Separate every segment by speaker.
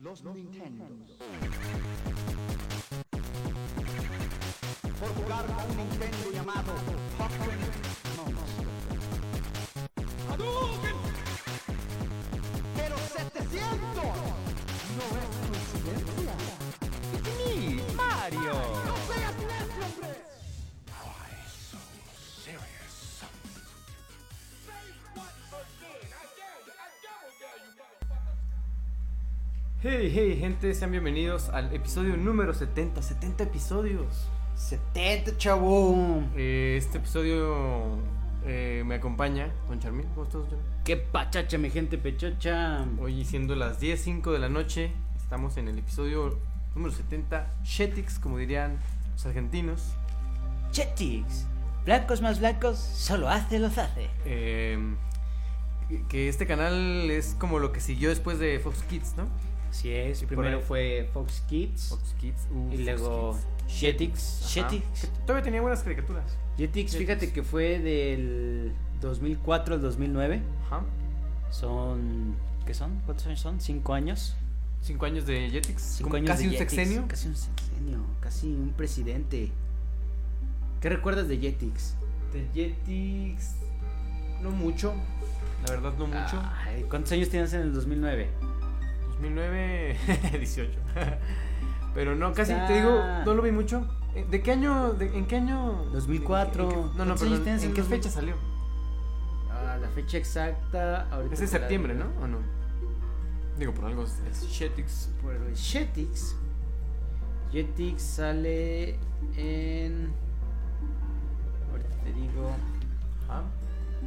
Speaker 1: los Nintendo. Por jugar con un Nintendo llamado Pokémon Monster. ¡Hadouken! ¡Pero 700! No es coincidencia.
Speaker 2: It's me, Mario.
Speaker 1: ¡No seas necio, hombre!
Speaker 3: Hey, hey, gente, sean bienvenidos al episodio número 70. 70 episodios.
Speaker 4: 70, chavo.
Speaker 3: Eh, este episodio eh, me acompaña Don Charmín. ¿Cómo estás, Don Charmín?
Speaker 4: Qué pachacha, mi gente pechocha.
Speaker 3: Hoy, siendo las 10.05 de la noche, estamos en el episodio número 70. Shetix, como dirían los argentinos.
Speaker 4: Chetix. Blancos más blancos, solo hace los hace.
Speaker 3: Eh, que este canal es como lo que siguió después de Fox Kids, ¿no?
Speaker 4: Así es.
Speaker 3: Y por
Speaker 4: Primero
Speaker 3: ahí-
Speaker 4: fue Fox Kids.
Speaker 3: Fox Kids. uh,
Speaker 4: y
Speaker 3: Fox
Speaker 4: luego
Speaker 3: Kids.
Speaker 4: Jetix.
Speaker 3: Ajá.
Speaker 4: Jetix.
Speaker 3: Que Todavía tenía buenas caricaturas.
Speaker 4: Jetix, fíjate que fue del 2004 al 2009.
Speaker 3: Ajá.
Speaker 4: Son. ¿Qué son? ¿Cuántos años son? ¿Cinco años?
Speaker 3: Cinco años de Jetix.
Speaker 4: Cinco
Speaker 3: como
Speaker 4: años
Speaker 3: casi
Speaker 4: de
Speaker 3: un
Speaker 4: Jetix,
Speaker 3: sexenio.
Speaker 4: Casi un sexenio. Casi un presidente. ¿Qué recuerdas de Jetix?
Speaker 3: De Jetix. No mucho. La verdad, no mucho.
Speaker 4: Ay, ¿Cuántos años tienes en el 2009?
Speaker 3: 2009, 18. Pero no, casi
Speaker 4: Está-
Speaker 3: te digo, no lo vi mucho. Eh, ¿De qué año? de- ¿En qué año?
Speaker 4: 2004.
Speaker 3: ¿En qué- no, no,
Speaker 4: ¿Cuántos años
Speaker 3: perdón.
Speaker 4: tienes
Speaker 3: ¿En
Speaker 4: en
Speaker 3: qué
Speaker 4: 2000?
Speaker 3: fecha salió?
Speaker 4: Ah, la fecha exacta. Ahorita
Speaker 3: Es en
Speaker 4: te la
Speaker 3: septiembre,
Speaker 4: digo.
Speaker 3: ¿no? ¿O no? Digo, por algo es es Jetix.
Speaker 4: Por el Jetix. Jetix sale en. Ahorita te digo.
Speaker 3: Ah,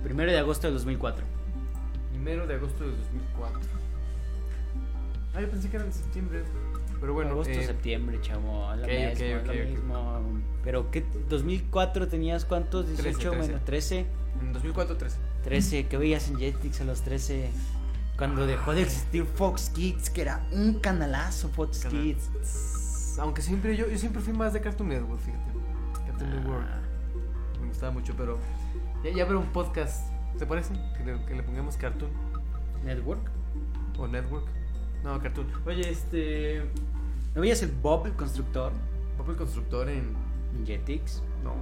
Speaker 4: Primero de agosto de 2004.
Speaker 3: primero de agosto de 2004. Ah, yo pensé que era en septiembre. Pero bueno,
Speaker 4: agosto,
Speaker 3: eh,
Speaker 4: septiembre, chamo. Lo
Speaker 3: ok,
Speaker 4: mismo,
Speaker 3: ok,
Speaker 4: es lo
Speaker 3: ok, ok.
Speaker 4: mismo. Pero ¿qué? ¿2004 tenías cuántos? 18
Speaker 3: 13.
Speaker 4: menos 13.
Speaker 3: en 2004 13.
Speaker 4: 13. ¿Qué veías en Jetix a los 13? Cuando dejó de existir Fox Kids, que era un canalazo Fox
Speaker 3: Canal.
Speaker 4: Kids.
Speaker 3: Aunque siempre yo, yo siempre fui más de Cartoon Network, fíjate. Cartoon Network.
Speaker 4: Ah.
Speaker 3: Me gustaba mucho, pero ya, ya habrá un podcast. ¿Te parece? Que le, que le pongamos Cartoon
Speaker 4: Network.
Speaker 3: o Network. No, Cartoon. Oye, este.
Speaker 4: ¿No veías el Bob el constructor?
Speaker 3: Papel Constructor en.
Speaker 4: Jetix.
Speaker 3: No.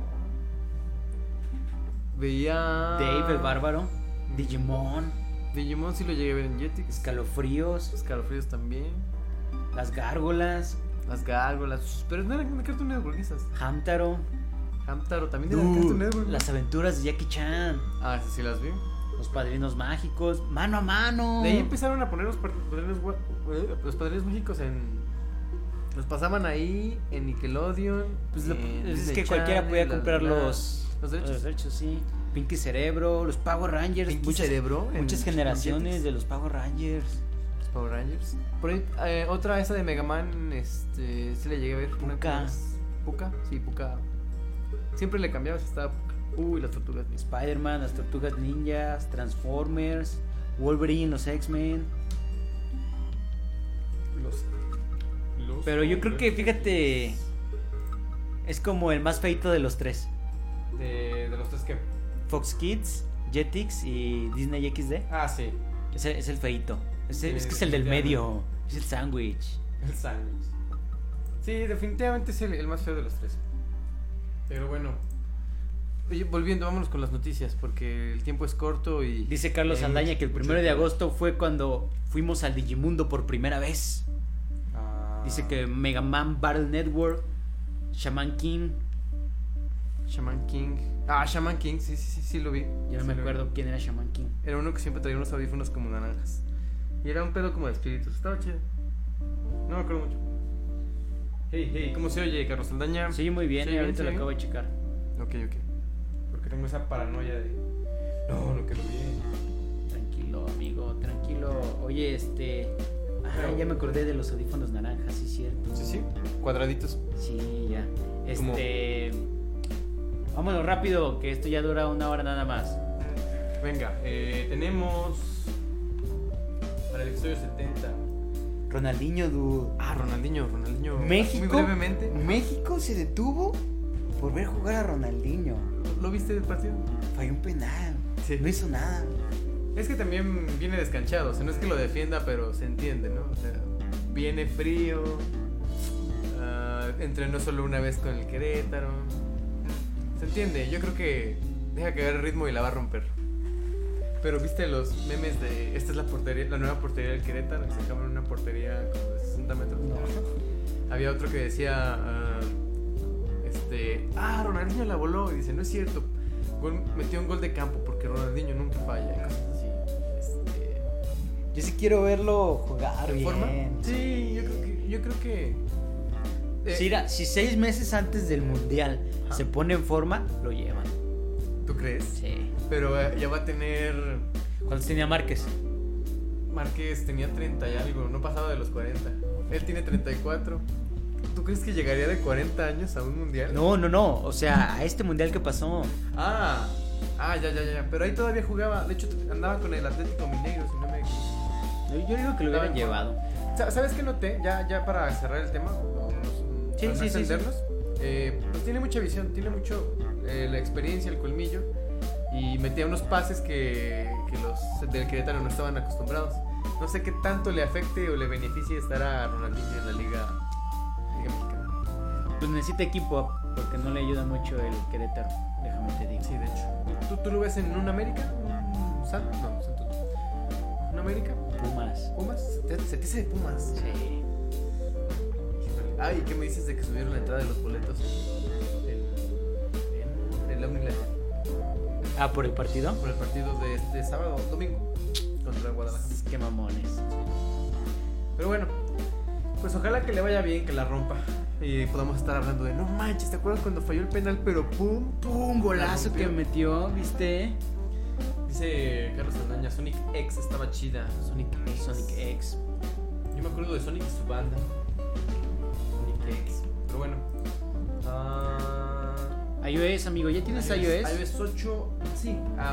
Speaker 3: Veía.
Speaker 4: Dave el bárbaro.
Speaker 3: Ah.
Speaker 4: Digimon.
Speaker 3: Digimon sí lo llegué a ver en Jetix.
Speaker 4: Escalofríos.
Speaker 3: Escalofríos también.
Speaker 4: Las gárgolas.
Speaker 3: Las gárgolas. Pero no eran de Cartoon Network esas.
Speaker 4: Hamtaro.
Speaker 3: Hamtaro también era de Cartoon
Speaker 4: Dude,
Speaker 3: Network. ¿no?
Speaker 4: Las aventuras de Jackie Chan.
Speaker 3: Ah, esas sí las vi.
Speaker 4: Los padrinos mágicos. Mano a mano.
Speaker 3: De ahí empezaron a poner los par- padrinos, gua- eh, los padrinos mágicos en. Los pasaban ahí en Nickelodeon.
Speaker 4: Pues lo-
Speaker 3: en
Speaker 4: es
Speaker 3: Disney
Speaker 4: que cualquiera
Speaker 3: Channel,
Speaker 4: podía
Speaker 3: bla,
Speaker 4: comprar
Speaker 3: bla, bla.
Speaker 4: los,
Speaker 3: los derechos.
Speaker 4: sí. Pinky Cerebro, los Power Rangers.
Speaker 3: Pinky
Speaker 4: muchas
Speaker 3: Cerebro en-
Speaker 4: muchas
Speaker 3: en
Speaker 4: generaciones
Speaker 3: Jetix.
Speaker 4: de los Power Rangers.
Speaker 3: Los Power Rangers. Por ahí, eh, otra, esa de Mega Man, este, sí le llegué a ver. una
Speaker 4: Pucca.
Speaker 3: vez. ¿Pucca? Sí, Pucca. Siempre le cambiabas, estaba Pucca. Uy, las tortugas ninja.
Speaker 4: Spider-Man, las Tortugas Ninjas, Transformers, Wolverine, los X-Men.
Speaker 3: Los,
Speaker 4: Pero yo creo que, fíjate, es como el más feito de los tres.
Speaker 3: De, de los tres que.
Speaker 4: Fox Kids, Jetix y Disney XD.
Speaker 3: Ah, sí.
Speaker 4: Es el, es el feito. Es, el-
Speaker 3: Sí,
Speaker 4: es que es el del medio.
Speaker 3: definitivamente.
Speaker 4: Es el sándwich.
Speaker 3: El sándwich. Sí, definitivamente es el, el más feo de los tres. Pero bueno. Oye, volviendo, vámonos con las noticias, porque el tiempo es corto y.
Speaker 4: Dice Carlos
Speaker 3: hay
Speaker 4: Aldaña
Speaker 3: mucho-
Speaker 4: que el
Speaker 3: mucho
Speaker 4: primero de
Speaker 3: tiempo.
Speaker 4: agosto fue cuando fuimos al Digimundo por primera vez.
Speaker 3: Ah.
Speaker 4: Dice que Mega Man Battle Network, Shaman King,
Speaker 3: Shaman King. Ah, Shaman King, sí, sí, sí, sí lo vi.
Speaker 4: yo no
Speaker 3: Sí
Speaker 4: me
Speaker 3: lo vi.
Speaker 4: acuerdo quién era Shaman King.
Speaker 3: Era uno que siempre traía unos audífonos como naranjas. Y era un pedo como de espíritus. Estaba chido. No me acuerdo mucho. Hey, hey, ¿cómo se oye, Carlos Aldaña?
Speaker 4: Sí, muy bien,
Speaker 3: Sí,
Speaker 4: y ahorita
Speaker 3: sí,
Speaker 4: lo
Speaker 3: bien.
Speaker 4: acabo de checar.
Speaker 3: Ok, ok. Porque tengo esa paranoia de. No, no quedó bien.
Speaker 4: Tranquilo, amigo, tranquilo. Oye, este. Ah, ya me acordé de los audífonos naranjas, sí, cierto.
Speaker 3: Sí, sí. Cuadraditos.
Speaker 4: Sí, ya.
Speaker 3: Como-
Speaker 4: Este. Vámonos rápido, que esto ya dura una hora nada más.
Speaker 3: Venga, eh, tenemos para el episodio 70.
Speaker 4: Ronaldinho, dude.
Speaker 3: Ah, Ronaldinho, Ronaldinho.
Speaker 4: México.
Speaker 3: Muy brevemente.
Speaker 4: México se detuvo por ver jugar a Ronaldinho.
Speaker 3: ¿Lo viste el partido?
Speaker 4: Falló un penal.
Speaker 3: Sí.
Speaker 4: No hizo nada.
Speaker 3: Es que también viene descanchado, o sea, no es que lo defienda, pero se entiende, ¿no? O sea, Viene frío. Ah, entrenó solo una vez con el Querétaro. Se entiende, yo creo que deja que agarre ritmo y la va a romper. Pero viste los memes de esta es la portería, la nueva portería del Querétaro, que sacaban una portería como de 60 metros. Había otro que decía ah, este, ah, Ronaldinho la voló y dice, no es cierto. Gol- metió un gol de campo porque Ronaldinho nunca falla. y cosas así. Este,
Speaker 4: Yo sí quiero verlo jugar
Speaker 3: ¿En
Speaker 4: bien.
Speaker 3: forma? Sí, yo creo que. Yo creo que eh,
Speaker 4: Si, era- si seis meses antes del mundial
Speaker 3: Ajá.
Speaker 4: se pone en forma, lo llevan.
Speaker 3: ¿Tú crees?
Speaker 4: Sí.
Speaker 3: Pero eh, ya va a tener.
Speaker 4: ¿Cuántos tenía Márquez?
Speaker 3: Márquez tenía 30 y algo, no pasaba de los 40. Él tiene 34. ¿Tú crees que llegaría de 40 años a un mundial?
Speaker 4: No, no, no. O sea, a este mundial que pasó.
Speaker 3: Ah, ah, ya, ya, ya. Pero ahí todavía jugaba. De hecho, andaba con el Atlético Mineiro, si no me equivoco.
Speaker 4: Yo digo que lo hubieran
Speaker 3: Estaban-
Speaker 4: llevado.
Speaker 3: Sa- ¿Sabes qué noté? Ya, ya para cerrar el tema, vamos, mm,
Speaker 4: Sí,
Speaker 3: para no
Speaker 4: sí, sí, sí.
Speaker 3: extendernos, eh, pues tiene mucha visión, tiene mucho eh, la experiencia, el colmillo y metía unos pases que, que los del Querétaro no estaban acostumbrados. No sé qué tanto le afecte o le beneficie estar a Ronaldinho en la Liga, Liga Mexicana.
Speaker 4: Pues necesita equipo porque no le ayuda mucho el Querétaro. Déjame te digo.
Speaker 3: Sí, de hecho. ¿Tú, tú lo ves en un América? ¿Un Santos? No, Santos. no. ¿Un América?
Speaker 4: Pumas.
Speaker 3: ¿Pumas? ¿Te- ¿Se te dice de Pumas?
Speaker 4: Sí.
Speaker 3: Ay, ¿qué me dices de que subieron la entrada de los boletos en, en el Omniland?
Speaker 4: Ah, por el partido.
Speaker 3: Por el partido de este sábado, domingo, contra Guadalajara.
Speaker 4: Qué mamones.
Speaker 3: Pero bueno, pues ojalá que le vaya bien, que la rompa. Y podamos estar hablando de, no manches, ¿te acuerdas cuando falló el penal? Pero pum,
Speaker 4: Un
Speaker 3: pum,
Speaker 4: golazo que metió, ¿viste?
Speaker 3: Dice Carlos Andaña, Sonic X estaba chida. Sonic X.
Speaker 4: Sonic X.
Speaker 3: Yo me acuerdo de Sonic y su banda. Sonic X. Pero bueno. Ah...
Speaker 4: iOS, amigo. ¿Ya tienes iOS?
Speaker 3: iOS 8, sí. a-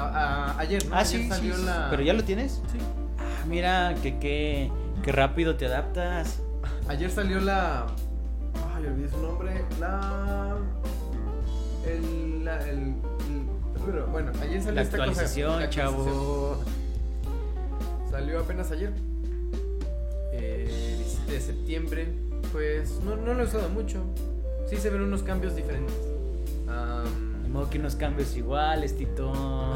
Speaker 3: a- ayer, ¿no?
Speaker 4: Ah,
Speaker 3: Ayer
Speaker 4: sí, sí,
Speaker 3: salió
Speaker 4: sí.
Speaker 3: la.
Speaker 4: ¿Pero ya lo tienes?
Speaker 3: Sí.
Speaker 4: Ah, mira, que qué, qué rápido te adaptas.
Speaker 3: Ayer salió la. Ay, olvidé su nombre. La. El. La, el, el- pero bueno, ayer salió
Speaker 4: La
Speaker 3: esta cosa,
Speaker 4: actualización, chavo.
Speaker 3: Salió apenas ayer. Eh, 17 de septiembre. Pues no, no lo he usado mucho. Sí se ven unos cambios diferentes. Am,
Speaker 4: De modo que unos cambios iguales, Tito.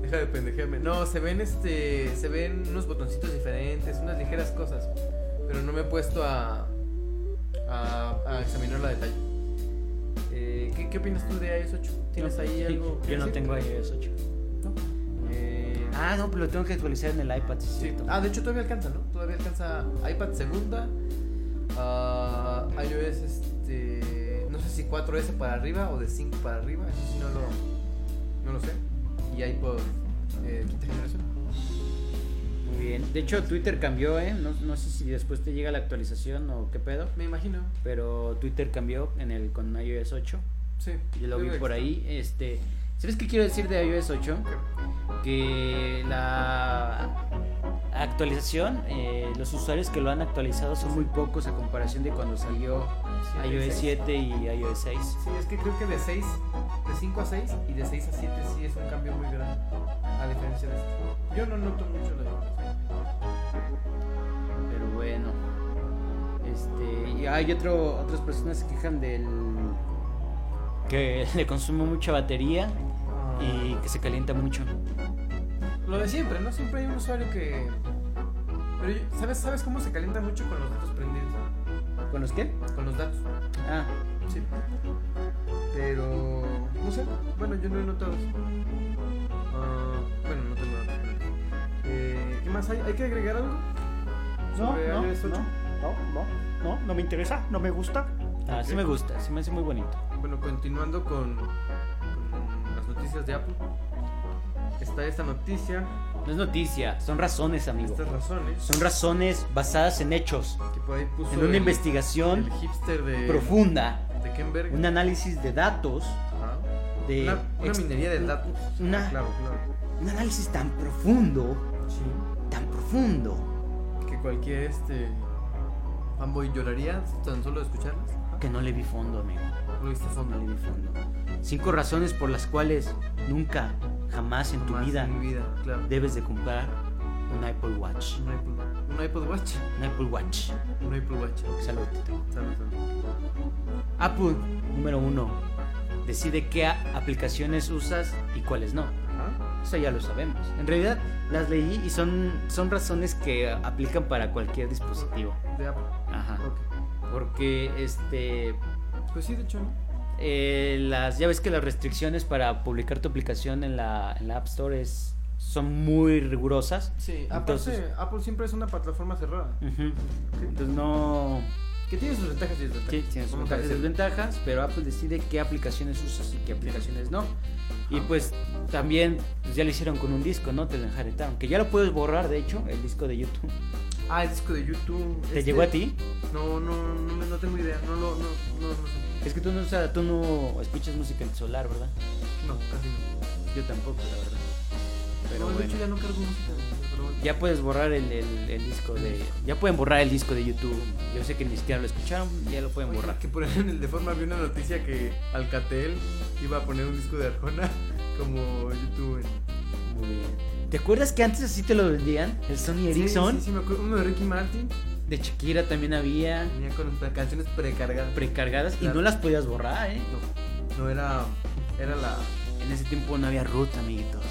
Speaker 3: Deja de pendejearme. No, se ven este. Se ven unos botoncitos diferentes, unas ligeras cosas. Pero no me he puesto a. a, a examinarla a detalle. Eh, ¿qué, qué opinas tú de iOS 8? ¿Tienes
Speaker 4: No,
Speaker 3: ahí
Speaker 4: sí,
Speaker 3: algo? que
Speaker 4: Yo no
Speaker 3: decir?
Speaker 4: tengo iOS 8.
Speaker 3: Eh, ah,
Speaker 4: Ah, no, pero lo tengo que actualizar en el iPad, sí, es
Speaker 3: sí.
Speaker 4: cierto.
Speaker 3: Ah, de hecho todavía alcanza, ¿no? Todavía alcanza iPad segunda. ah, iOS este. No sé si 4S para arriba o de 5 para arriba. Eso sí no lo. No lo sé. Y iPod eh, quinta generación.
Speaker 4: Muy bien. De hecho, Twitter cambió, ¿eh? No, no sé si después te llega la actualización o qué pedo.
Speaker 3: Me imagino.
Speaker 4: Pero Twitter cambió en el con iOS 8.
Speaker 3: Sí.
Speaker 4: Yo lo
Speaker 3: creo
Speaker 4: vi
Speaker 3: que
Speaker 4: por
Speaker 3: está.
Speaker 4: ahí. Este, ¿Sabes qué quiero decir de iOS 8? que la actualización, eh, los usuarios que lo han actualizado son muy pocos a comparación de cuando salió
Speaker 3: Sí,
Speaker 4: iOS
Speaker 3: seis.
Speaker 4: 7 y iOS 6.
Speaker 3: Sí, es que creo que de 6, de 5 a 6 y de 6 a 7 sí es un cambio muy grande. A diferencia de este. Yo no noto mucho la
Speaker 4: Ah.
Speaker 3: diferencia.
Speaker 4: Pero bueno, este, y hay otro, otras personas se quejan del que le consume mucha batería y que se calienta mucho.
Speaker 3: Lo de siempre, ¿no? Siempre hay un usuario que. Pero, yo- ¿sabes, ¿sabes cómo se calienta mucho con los datos prendidos?
Speaker 4: ¿Con los qué?
Speaker 3: Con los datos.
Speaker 4: Ah,
Speaker 3: Sí. Pero. No sé. Bueno, yo no he notado eso. Ah, bueno, no tengo datos. prendidos. Eh, ¿Qué más hay? ¿Hay que agregar algo? Sobre iOS 8.
Speaker 4: no, no, no me interesa, no me gusta. Ah, sí
Speaker 3: Ok.
Speaker 4: me gusta, sí me hace muy bonito.
Speaker 3: Bueno, continuando con, con las noticias de Apple, está esta noticia,
Speaker 4: No es noticia, son razones, amigo.
Speaker 3: estas razones,
Speaker 4: Son razones basadas en hechos,
Speaker 3: que por ahí puso
Speaker 4: en una
Speaker 3: el-
Speaker 4: investigación
Speaker 3: el hipster de,
Speaker 4: profunda,
Speaker 3: de Kenberg.
Speaker 4: un análisis de datos,
Speaker 3: Ajá.
Speaker 4: de
Speaker 3: Una- una
Speaker 4: ex-
Speaker 3: minería de datos.
Speaker 4: una-
Speaker 3: Claro, claro.
Speaker 4: un análisis tan profundo, tan profundo.
Speaker 3: Que cualquier este fanboy lloraría tan solo de escucharlas. Ajá.
Speaker 4: Que no le vi fondo, amigo.
Speaker 3: Lo viste a fondo.
Speaker 4: No le vi fondo. Cinco razones por las cuales nunca, jamás en tu
Speaker 3: Jamás
Speaker 4: vida
Speaker 3: en mi vida, claro.
Speaker 4: debes de comprar un Apple Watch.
Speaker 3: Un iPod, un iPod Watch.
Speaker 4: Un Apple Watch.
Speaker 3: Un iPod Watch.
Speaker 4: Salud.
Speaker 3: Salud, salud. Apple.
Speaker 4: Número uno, decide qué a- aplicaciones usas y cuáles no.
Speaker 3: Ajá.
Speaker 4: Eso ya lo sabemos. En realidad las leí y son, son razones que aplican para cualquier dispositivo.
Speaker 3: De Apple.
Speaker 4: Ajá.
Speaker 3: Ok.
Speaker 4: Porque este
Speaker 3: Pues sí, de hecho, ¿no?
Speaker 4: eh, las ya ves que las restricciones para publicar tu aplicación en la, en la App Store es, son muy rigurosas.
Speaker 3: Sí,
Speaker 4: Entonces-
Speaker 3: aparte, Apple siempre es una plataforma cerrada.
Speaker 4: Ujú. Entonces no
Speaker 3: Que tiene sus ventajas y desventajas.
Speaker 4: sí, tiene sus
Speaker 3: Vamos a
Speaker 4: ventajas y
Speaker 3: decirlo.
Speaker 4: desventajas, pero Apple decide qué aplicaciones usas y qué aplicaciones no. Y pues también pues, ya lo hicieron con un disco, ¿no? Te lo enjaretaron. Que ya lo puedes borrar, de hecho, el disco de YouTube.
Speaker 3: Ah, el disco de YouTube.
Speaker 4: ¿Te
Speaker 3: este-
Speaker 4: llegó a ti?
Speaker 3: No, no, no, me- no tengo idea. No lo, no, no, no sé.
Speaker 4: Es que tú no, usas- tú no escuchas música en tu celular, ¿verdad?
Speaker 3: No, casi no.
Speaker 4: Yo tampoco, la verdad. Pero
Speaker 3: no, de
Speaker 4: bueno.
Speaker 3: hecho ya no cargo música. pero bueno.
Speaker 4: Ya puedes borrar el, el- el disco de... Ya pueden borrar el disco de YouTube. Yo sé que ni siquiera lo escucharon, ya lo pueden
Speaker 3: Oye,
Speaker 4: borrar.
Speaker 3: Que por ahí en el de forma había una noticia que Alcatel iba a poner un disco de Arjona como YouTube. ¿eh? en-
Speaker 4: Muy bien. ¿Te acuerdas que antes así te lo vendían? El Sony Ericsson.
Speaker 3: Sí, sí, sí, me acuerdo. Uno de Ricky Martin.
Speaker 4: De Shakira también había
Speaker 3: Venía con pa- canciones precargadas.
Speaker 4: precargadas y
Speaker 3: Claro.
Speaker 4: no las podías borrar, ¿eh?
Speaker 3: no, no era, era la.
Speaker 4: En ese tiempo no había root, amiguitos.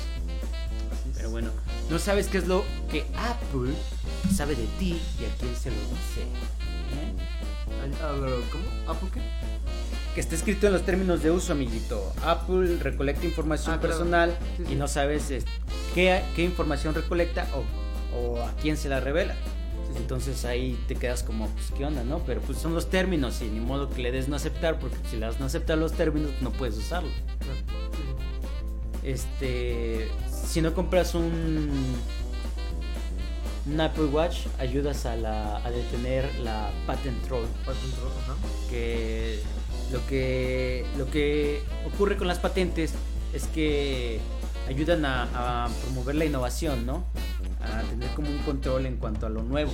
Speaker 4: Pero bueno, no sabes qué es lo que Apple sabe de ti y a quién se lo dice. ¿eh?
Speaker 3: Ay, ah, pero, ¿Cómo? ¿Apple qué?
Speaker 4: Que está escrito en los términos de uso, amiguito. Apple recolecta información
Speaker 3: Ah, claro.
Speaker 4: personal
Speaker 3: Sí, sí.
Speaker 4: y no sabes es- qué, qué información recolecta o, o a quién se la revela. Entonces ahí te quedas como, pues, ¿qué onda, no? Pero pues son los términos y ni modo que le des no aceptar, porque si le das no aceptar los términos, no puedes usarlo. Este, si no compras un, un Apple Watch, ayudas a, la, a detener la patent troll
Speaker 3: Patent Troll, ajá.
Speaker 4: que lo que lo que ocurre con las patentes es que ayudan a, a promover la innovación, ¿no? A tener como un control en cuanto a lo nuevo.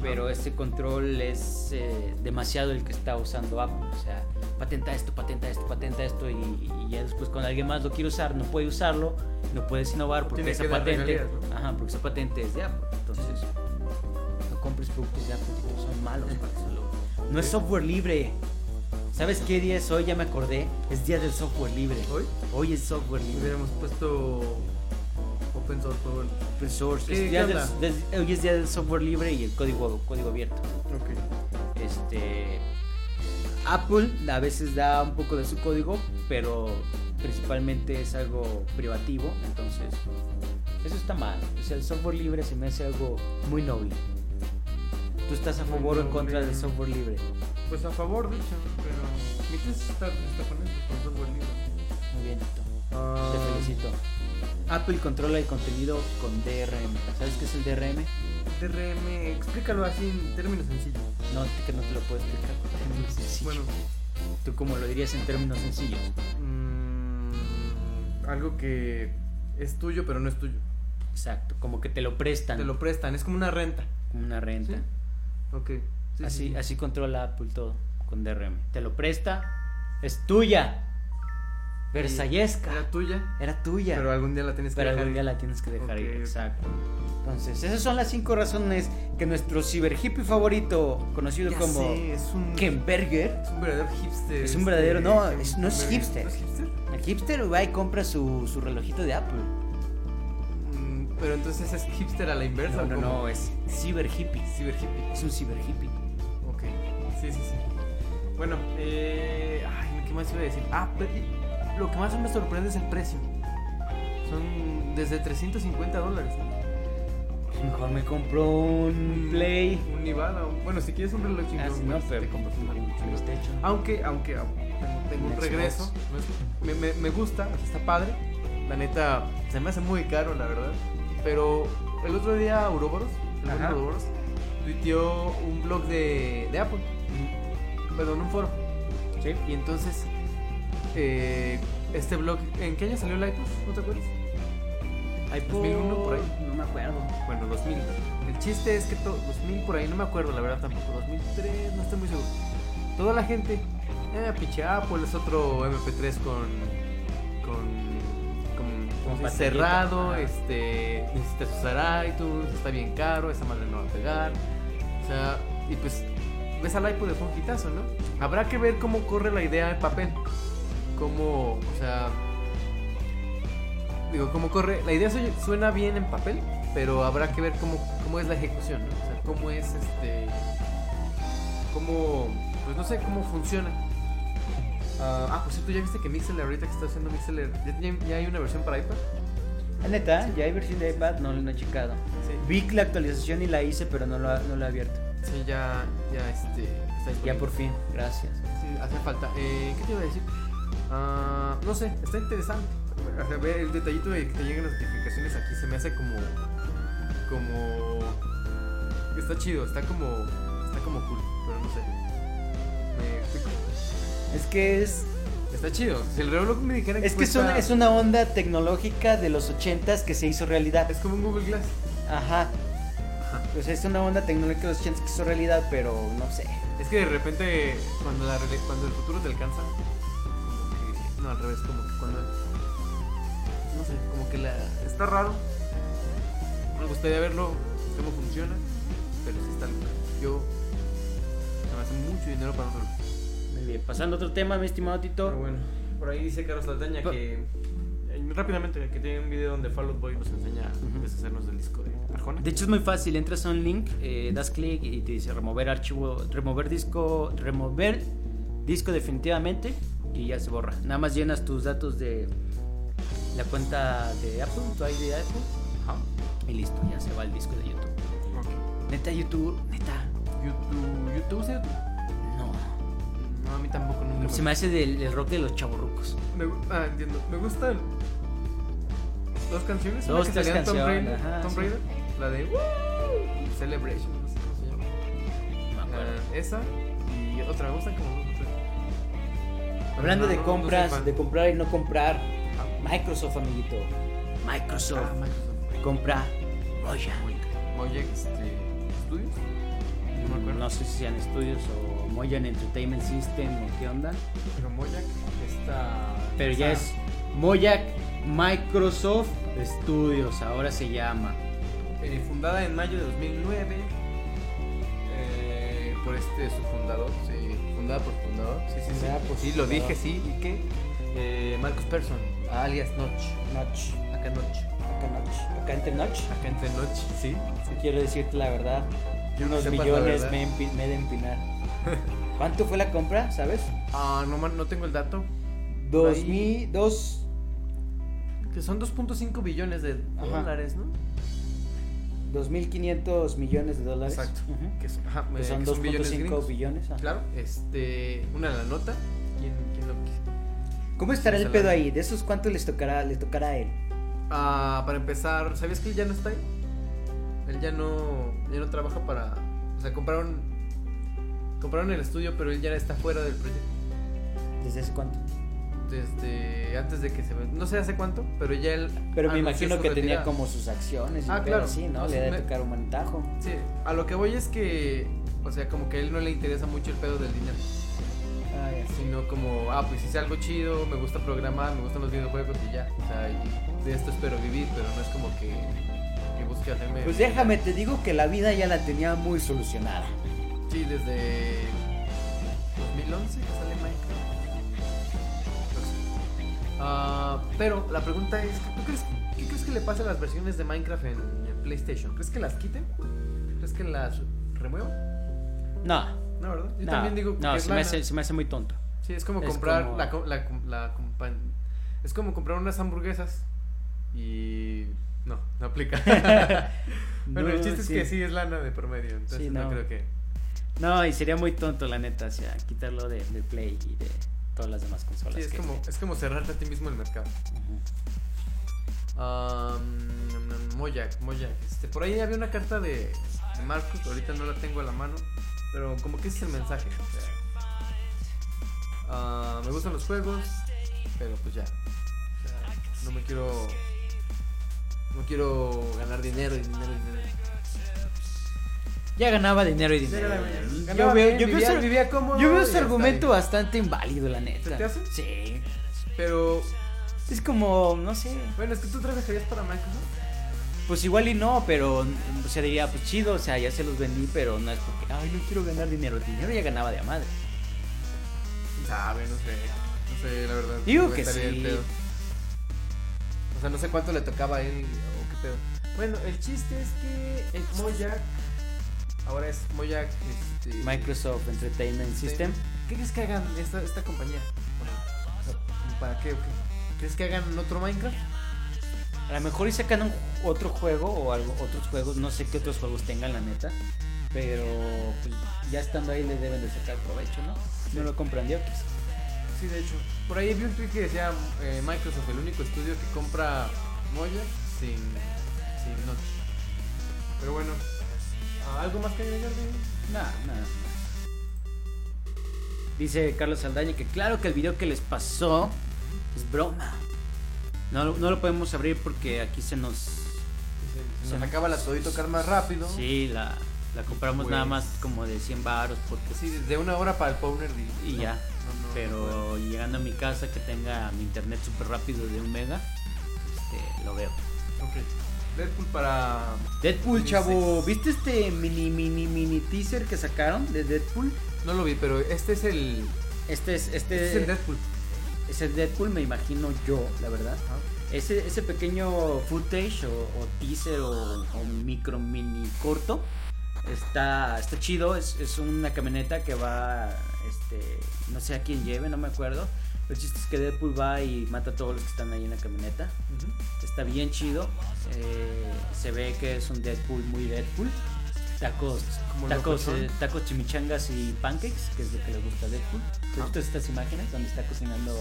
Speaker 4: Pero ese control es eh, demasiado el que está usando Apple. O sea, patenta esto, patenta esto, patenta esto y, y ya después cuando alguien más lo quiere usar, no puede usarlo, no puedes innovar porque
Speaker 3: Tiene
Speaker 4: esa
Speaker 3: que dar
Speaker 4: patente,
Speaker 3: regalías,
Speaker 4: ajá, porque esa patente es de Apple. Entonces, no compres productos de Apple porque son malos para tu salud. No es software libre. ¿Sabes qué día es hoy? Ya me acordé. Es día del software libre.
Speaker 3: Hoy
Speaker 4: Hoy es software libre.
Speaker 3: hubiéramos puesto Open Source, pero bueno.
Speaker 4: Open source.
Speaker 3: ¿Qué-
Speaker 4: Es día
Speaker 3: qué
Speaker 4: del-
Speaker 3: onda?
Speaker 4: des- hoy es día del software libre y el código, código abierto.
Speaker 3: Ok.
Speaker 4: Este. Apple a veces da un poco de su código, pero principalmente es algo privativo. Entonces, eso está mal. O sea, el software libre se me hace algo muy noble. ¿Tú estás a
Speaker 3: Muy
Speaker 4: favor o en contra
Speaker 3: noble.
Speaker 4: del software libre?
Speaker 3: Pues a favor, de hecho, pero. Mi tesis está, está con esto, con software libre.
Speaker 4: Muy bien, Tito.
Speaker 3: Ah,
Speaker 4: Te felicito. Apple controla el contenido con DRM. ¿Sabes qué es el DRM?
Speaker 3: DRM, explícalo así en términos sencillos.
Speaker 4: No, que no te lo puedo explicar.
Speaker 3: Bueno,
Speaker 4: ¿Tú cómo lo dirías en términos sencillos?
Speaker 3: mm, algo que es tuyo, pero no es tuyo.
Speaker 4: Exacto, como que te lo prestan
Speaker 3: Te lo prestan, es como una renta.
Speaker 4: como una renta.
Speaker 3: ¿Sí? Ok. sí,
Speaker 4: así,
Speaker 3: sí, sí.
Speaker 4: así controla Apple todo con DRM. Te lo presta, es tuya. Versallesca.
Speaker 3: Era tuya,
Speaker 4: Era tuya.
Speaker 3: pero algún día la tienes que
Speaker 4: Pero
Speaker 3: dejar.
Speaker 4: algún día la tienes que dejar
Speaker 3: Ok,
Speaker 4: ir.
Speaker 3: ok.
Speaker 4: Exacto. Entonces, esas son las cinco razones que nuestro ciber hippie favorito, conocido
Speaker 3: Ya
Speaker 4: como
Speaker 3: sé, es un.
Speaker 4: Kemberger,
Speaker 3: Es un verdadero hipster.
Speaker 4: Es un verdadero-
Speaker 3: este,
Speaker 4: no, es- no es
Speaker 3: Kemberger.
Speaker 4: hipster.
Speaker 3: ¿No es hipster?
Speaker 4: el hipster va y compra su, su relojito de Apple.
Speaker 3: Mm, pero entonces es hipster a la
Speaker 4: No,
Speaker 3: inversa. ¿o
Speaker 4: no,
Speaker 3: cómo?
Speaker 4: no, es ciber hippie.
Speaker 3: Ciber hippie.
Speaker 4: Es un ciber hippie.
Speaker 3: Ok. Sí, sí, sí. Bueno, eh, ay, ¿qué más iba a decir? Ah, pero- lo que más me sorprende es el precio. Son desde 350 dólares. ¿no?
Speaker 4: Mejor me compró un
Speaker 3: Un-
Speaker 4: Play.
Speaker 3: Un Nevada. un- Bueno, si quieres un reloj chingón.
Speaker 4: Ah, sí, no,
Speaker 3: pues,
Speaker 4: pero
Speaker 3: te compras un reloj chingón.
Speaker 4: PlayStation.
Speaker 3: Aunque, aunque, aunque tengo- tengo
Speaker 4: Un
Speaker 3: un
Speaker 4: Xbox.
Speaker 3: regreso. no es- Me, me- me gusta, está padre. La neta, se me hace muy caro, la verdad. Pero el otro día, Ouroboros, el
Speaker 4: Ajá.
Speaker 3: buen Ouroboros, tuiteó un blog de, de Apple. Perdón, un foro.
Speaker 4: Sí.
Speaker 3: Y entonces, eh, este blog, ¿en qué año salió el iPod? ¿No te acuerdas?
Speaker 4: iPod,
Speaker 3: 2001 por ahí.
Speaker 4: No me acuerdo.
Speaker 3: Bueno, 2000. El chiste es que to- 2000 por ahí, no me acuerdo, la verdad tampoco. 2003, no estoy muy seguro. Toda la gente, eh, pinche Apple es otro MP3 con. con. con. con es
Speaker 4: pantallita.
Speaker 3: cerrado,
Speaker 4: Ajá.
Speaker 3: este, necesitas usar iTunes, está bien caro, esa madre no va a pegar. O sea, y pues ves al iPod es un hitazo, ¿no? Habrá que ver cómo corre la idea en papel. Cómo, o sea, digo, cómo corre. La idea su- suena bien en papel, pero habrá que ver cómo, cómo es la ejecución, ¿no? O sea, cómo es este. Cómo. Pues no sé cómo funciona. Ah, ah, por cierto, ya viste que Mixler, ahorita que está haciendo Mixler, ¿ya, ya- ya hay una versión para iPad?
Speaker 4: Ah, Neta, ya hay versión de iPad, no lo he checado.
Speaker 3: Sí.
Speaker 4: Vi la actualización y la hice, pero no la, no la he abierto.
Speaker 3: Sí, ya, ya, este.
Speaker 4: Ya
Speaker 3: Está disponible.
Speaker 4: por fin, gracias.
Speaker 3: Sí, hace falta. Eh, ¿Qué te iba a decir? Ah, no sé, está interesante. O sea, ve el detallito de que te lleguen las notificaciones aquí se me hace como. Como. Está chido, está como. Está como cool, pero no sé. Me explico.
Speaker 4: Es que es
Speaker 3: Está chido. Si el reloj me dijera
Speaker 4: es que es
Speaker 3: cuesta-
Speaker 4: una, es una onda tecnológica de los 80s que se hizo realidad.
Speaker 3: Es como un Google Glass.
Speaker 4: Ajá. O sea, es una onda tecnológica de los 80s que se hizo realidad, pero no sé.
Speaker 3: Es que de repente, cuando, la, rele- cuando el futuro te alcanza, como que- no, al revés, como que cuando. No sé, como que la. Está raro. Me gustaría verlo, cómo funciona, pero sí está loco. Yo. Se me hace mucho dinero para un reloj.
Speaker 4: Muy bien, pasando a otro tema, mi estimado Tito.
Speaker 3: bueno,
Speaker 5: Por ahí dice Carlos Saldaña
Speaker 3: Pa-
Speaker 5: que. eh, Rápidamente, que tiene un video donde Fall Out Boy nos enseña a deshacernos del disco de Arjona.
Speaker 4: De hecho es muy fácil, entras a un link, eh, das clic y te dice remover archivo, remover disco, remover disco definitivamente y ya se borra. Nada más llenas tus datos de la cuenta de Apple, tu ID de Apple
Speaker 3: ajá.
Speaker 4: y listo, ya se va el disco de YouTube.
Speaker 3: Ok.
Speaker 4: Neta YouTube, neta,
Speaker 3: YouTube, YouTube, usa YouTube?
Speaker 4: no.
Speaker 3: No, a mí tampoco nunca.
Speaker 4: Se me hace del, del rock de los chavorrucos.
Speaker 3: Me gu- ah, entiendo. Me gustan dos canciones. una
Speaker 4: Dos,
Speaker 3: que
Speaker 4: tres
Speaker 3: salía en Tomb
Speaker 4: canciones,
Speaker 3: Raider.
Speaker 4: ajá,
Speaker 3: Tomb
Speaker 4: sí.
Speaker 3: Raider, La de Woo, Celebration, no sé cómo se llama.
Speaker 4: Me acuerdo.
Speaker 3: Ah, esa y otra. Me gustan como dos o tres. Pero
Speaker 4: Hablando
Speaker 3: no,
Speaker 4: de
Speaker 3: no, no soy
Speaker 4: compras,
Speaker 3: fan.
Speaker 4: de comprar y no comprar, Microsoft, amiguito. Microsoft
Speaker 3: Ah, Microsoft.
Speaker 4: compra Moya.
Speaker 3: Mojang este, Studios. No me acuerdo.
Speaker 4: No sé si sean estudios o Moyan Entertainment System o qué onda.
Speaker 3: Pero Mojang está.
Speaker 4: Pero ya es Moyak Microsoft Studios, ahora se llama.
Speaker 3: eh, fundada en mayo de 2009 eh, por este su fundador, sí, fundada por fundador, sí, sí, sí,
Speaker 4: Fundada por
Speaker 3: sí
Speaker 4: su
Speaker 3: lo
Speaker 4: fundador.
Speaker 3: dije, sí, y que eh, Marcus Persson, alias Notch,
Speaker 4: Notch,
Speaker 3: acá Notch,
Speaker 4: acá Notch, acá entre Notch.
Speaker 3: acá entre Notch, sí,
Speaker 4: Quiero decirte la verdad,
Speaker 3: Yo no
Speaker 4: unos
Speaker 3: sepas la
Speaker 4: millones
Speaker 3: verdad.
Speaker 4: me, empi- me he de empinar. ¿Cuánto fue la compra, sabes?
Speaker 3: ah, no, man- no tengo el dato, Por
Speaker 4: Dos
Speaker 3: ahí.
Speaker 4: mil, dos,
Speaker 3: que son 2.5 billones de
Speaker 4: Ajá.
Speaker 3: dólares, ¿no?
Speaker 4: dos mil quinientos millones de dólares.
Speaker 3: Exacto.
Speaker 4: Ujú.
Speaker 3: Que son, ajá, eh,
Speaker 4: Que son
Speaker 3: que son billones
Speaker 4: 2.5
Speaker 3: gringos.
Speaker 4: billones. ajá.
Speaker 3: Claro, este, una la nota, ¿quién, quién lo
Speaker 4: ¿Cómo estará el
Speaker 3: Ojalá.
Speaker 4: pedo ahí? ¿De esos cuánto les tocará, les tocará a él?
Speaker 3: Ah, para empezar, ¿sabías que él ya no está ahí? Él ya no, ya no trabaja para, o sea, compraron, compraron el estudio, pero él ya está fuera del proyecto.
Speaker 4: ¿Desde hace cuánto?
Speaker 3: Desde antes de que se, ven- no sé hace cuánto, pero ya él.
Speaker 4: Pero me
Speaker 3: anunció
Speaker 4: imagino
Speaker 3: su
Speaker 4: que tenía
Speaker 3: retirada.
Speaker 4: como sus acciones y
Speaker 3: Ah,
Speaker 4: todo
Speaker 3: claro.
Speaker 4: así, ¿no?
Speaker 3: No,
Speaker 4: Le
Speaker 3: sí,
Speaker 4: ha de
Speaker 3: me-
Speaker 4: tocar un montajo.
Speaker 3: Sí, a lo que voy es que, o sea, como que a él no le interesa mucho el pedo del dinero, sino como, ah, pues hice algo chido, me gusta programar, me gustan los videojuegos y ya, o sea, y de esto espero vivir, pero no es como que, que busque hacerme.
Speaker 4: Pues déjame, te digo que la vida ya la tenía muy solucionada.
Speaker 3: Sí, desde 2011 que sale Minecraft. No sé. Ah, pero la pregunta es, ¿tú crees, ¿qué crees que le pasa a las versiones de Minecraft en, en PlayStation? ¿Crees que las quiten? ¿Crees que las remuevan?
Speaker 4: No,
Speaker 3: No, ¿verdad? Yo
Speaker 4: no,
Speaker 3: también digo que
Speaker 4: no
Speaker 3: es
Speaker 4: se me,
Speaker 3: lana.
Speaker 4: hace, se me hace muy tonto.
Speaker 3: Sí, es como
Speaker 4: es
Speaker 3: comprar
Speaker 4: como-
Speaker 3: la, co- la, com- la compa- es como comprar unas hamburguesas y no, no aplica. bueno, el
Speaker 4: No,
Speaker 3: chiste es que sí es lana de promedio, entonces
Speaker 4: Sí,
Speaker 3: no
Speaker 4: no.
Speaker 3: creo que
Speaker 4: No, y sería muy tonto, la neta, o sea, quitarlo de, del Play y de todas las demás consolas.
Speaker 3: Sí, es
Speaker 4: que-
Speaker 3: como, es como cerrarte a ti mismo el mercado.
Speaker 4: Ujú.
Speaker 3: Um, Moyak, Moyak. Este, por ahí había una carta de, de Marcus, ahorita no la tengo a la mano, pero como que ese es el mensaje. o sea, ah, me gustan los juegos, pero pues ya. O sea, no me quiero. No quiero ganar dinero y dinero y dinero.
Speaker 4: Ya ganaba dinero y dinero.
Speaker 3: Ganaba
Speaker 4: yo veo,
Speaker 3: bien,
Speaker 4: yo veo
Speaker 3: vivía,
Speaker 4: su-
Speaker 3: vivía cómodo
Speaker 4: yo veo
Speaker 3: y
Speaker 4: su
Speaker 3: hasta
Speaker 4: argumento
Speaker 3: ahí.
Speaker 4: bastante inválido, la neta.
Speaker 3: ¿Se te hace?
Speaker 4: Sí.
Speaker 3: Pero
Speaker 4: Es como, no sé.
Speaker 3: Bueno, es que tú trabajarías para Microsoft.
Speaker 4: Pues igual y no, pero o sea, diría, pues chido, o sea, ya se los vendí, pero no es porque, ay, no quiero ganar dinero. Dinero ya ganaba de a madre.
Speaker 3: Sabe, no sé. No sé, la verdad.
Speaker 4: Digo
Speaker 3: cómo
Speaker 4: que
Speaker 3: estaría el
Speaker 4: sí.
Speaker 3: pedo. O sea, no sé cuánto le tocaba a él o qué pedo. Bueno, el chiste es que el Moyak. Ahora es Moyak. Este,
Speaker 4: Microsoft Entertainment System.
Speaker 3: ¿Qué crees que hagan esta, esta compañía? O sea, ¿Para qué o qué? ¿Crees que hagan otro Minecraft?
Speaker 4: A lo mejor y sacan un- otro juego o algo, otros juegos, no sé qué otros juegos tengan, la neta. Pero pues, ya estando ahí le deben de sacar provecho, ¿no? No lo Pues, compran diokis.
Speaker 3: Sí, de hecho. Por ahí vi un tweet que decía eh, Microsoft, el único estudio que compra Moya sin, sin Notch. Pero bueno, ¿ah, ¿algo más que agregar? Dani?
Speaker 4: Nada, nada. Dice Carlos Saldaña que claro que el video que les pasó es broma. No, lo- no lo podemos abrir porque aquí se nos...
Speaker 3: Se,
Speaker 4: Se
Speaker 3: nos
Speaker 4: me-
Speaker 3: acaba la todito tocar más rápido.
Speaker 4: Sí, la, la compramos
Speaker 3: Pues-
Speaker 4: nada más como de 100 baros porque sí.
Speaker 3: Sí, de una hora para el Powner
Speaker 4: Y ya.
Speaker 3: no, no, no.
Speaker 4: Pero llegando a mi casa que tenga mi internet súper rápido de un mega, este, lo veo.
Speaker 3: Ok. Deadpool para.
Speaker 4: Deadpool,
Speaker 3: Sí,
Speaker 4: chavo.
Speaker 3: sí.
Speaker 4: ¿Viste este mini, mini, mini teaser que sacaron de Deadpool?
Speaker 3: No lo vi, pero este es el.
Speaker 4: Este es, este,
Speaker 3: Este es el Deadpool.
Speaker 4: es el Deadpool, me imagino yo, la verdad. Ese, ese pequeño footage o, o teaser o, o micro, mini corto está, está chido. Es, es una camioneta que va, este, no sé a quién lleve, no me acuerdo. El chiste es que Deadpool va y mata a todos los que están ahí en la camioneta. Está bien chido. eh, se ve que es un Deadpool muy Deadpool. Tacos,
Speaker 3: Como
Speaker 4: tacos,
Speaker 3: locochón.
Speaker 4: eh, tacos, chimichangas y pancakes, que es lo que le gusta a Deadpool. ¿Te
Speaker 3: Ah.
Speaker 4: gustan estas imágenes donde está cocinando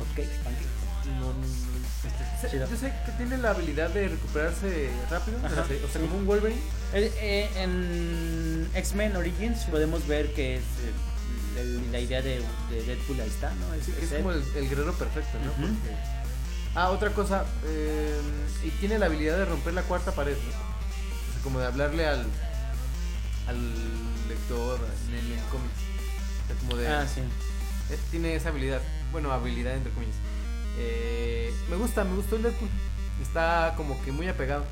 Speaker 4: hotcakes, pancakes?
Speaker 3: No, no, no.
Speaker 4: Chido.
Speaker 3: Yo sé que tiene la habilidad de recuperarse rápido. de la
Speaker 4: Ajá.
Speaker 3: serie, O sea, como un Wolverine.
Speaker 4: Eh, eh, en X-Men Origins podemos ver que es eh, el- la idea de, de Deadpool ahí está, ¿no?
Speaker 3: Sí, que es
Speaker 4: él.
Speaker 3: como el, el guerrero perfecto, ¿no?
Speaker 4: Ujú.
Speaker 3: Porque- Ah, otra cosa. eh, y tiene la habilidad de romper la cuarta pared, ¿no? O sea, como de hablarle al, al lector en el en cómics. O sea, como de.
Speaker 4: Ah, sí.
Speaker 3: eh, tiene esa habilidad. Bueno, habilidad entre comillas. Eh, me gusta, me gustó el Deadpool. Está como que muy apegado.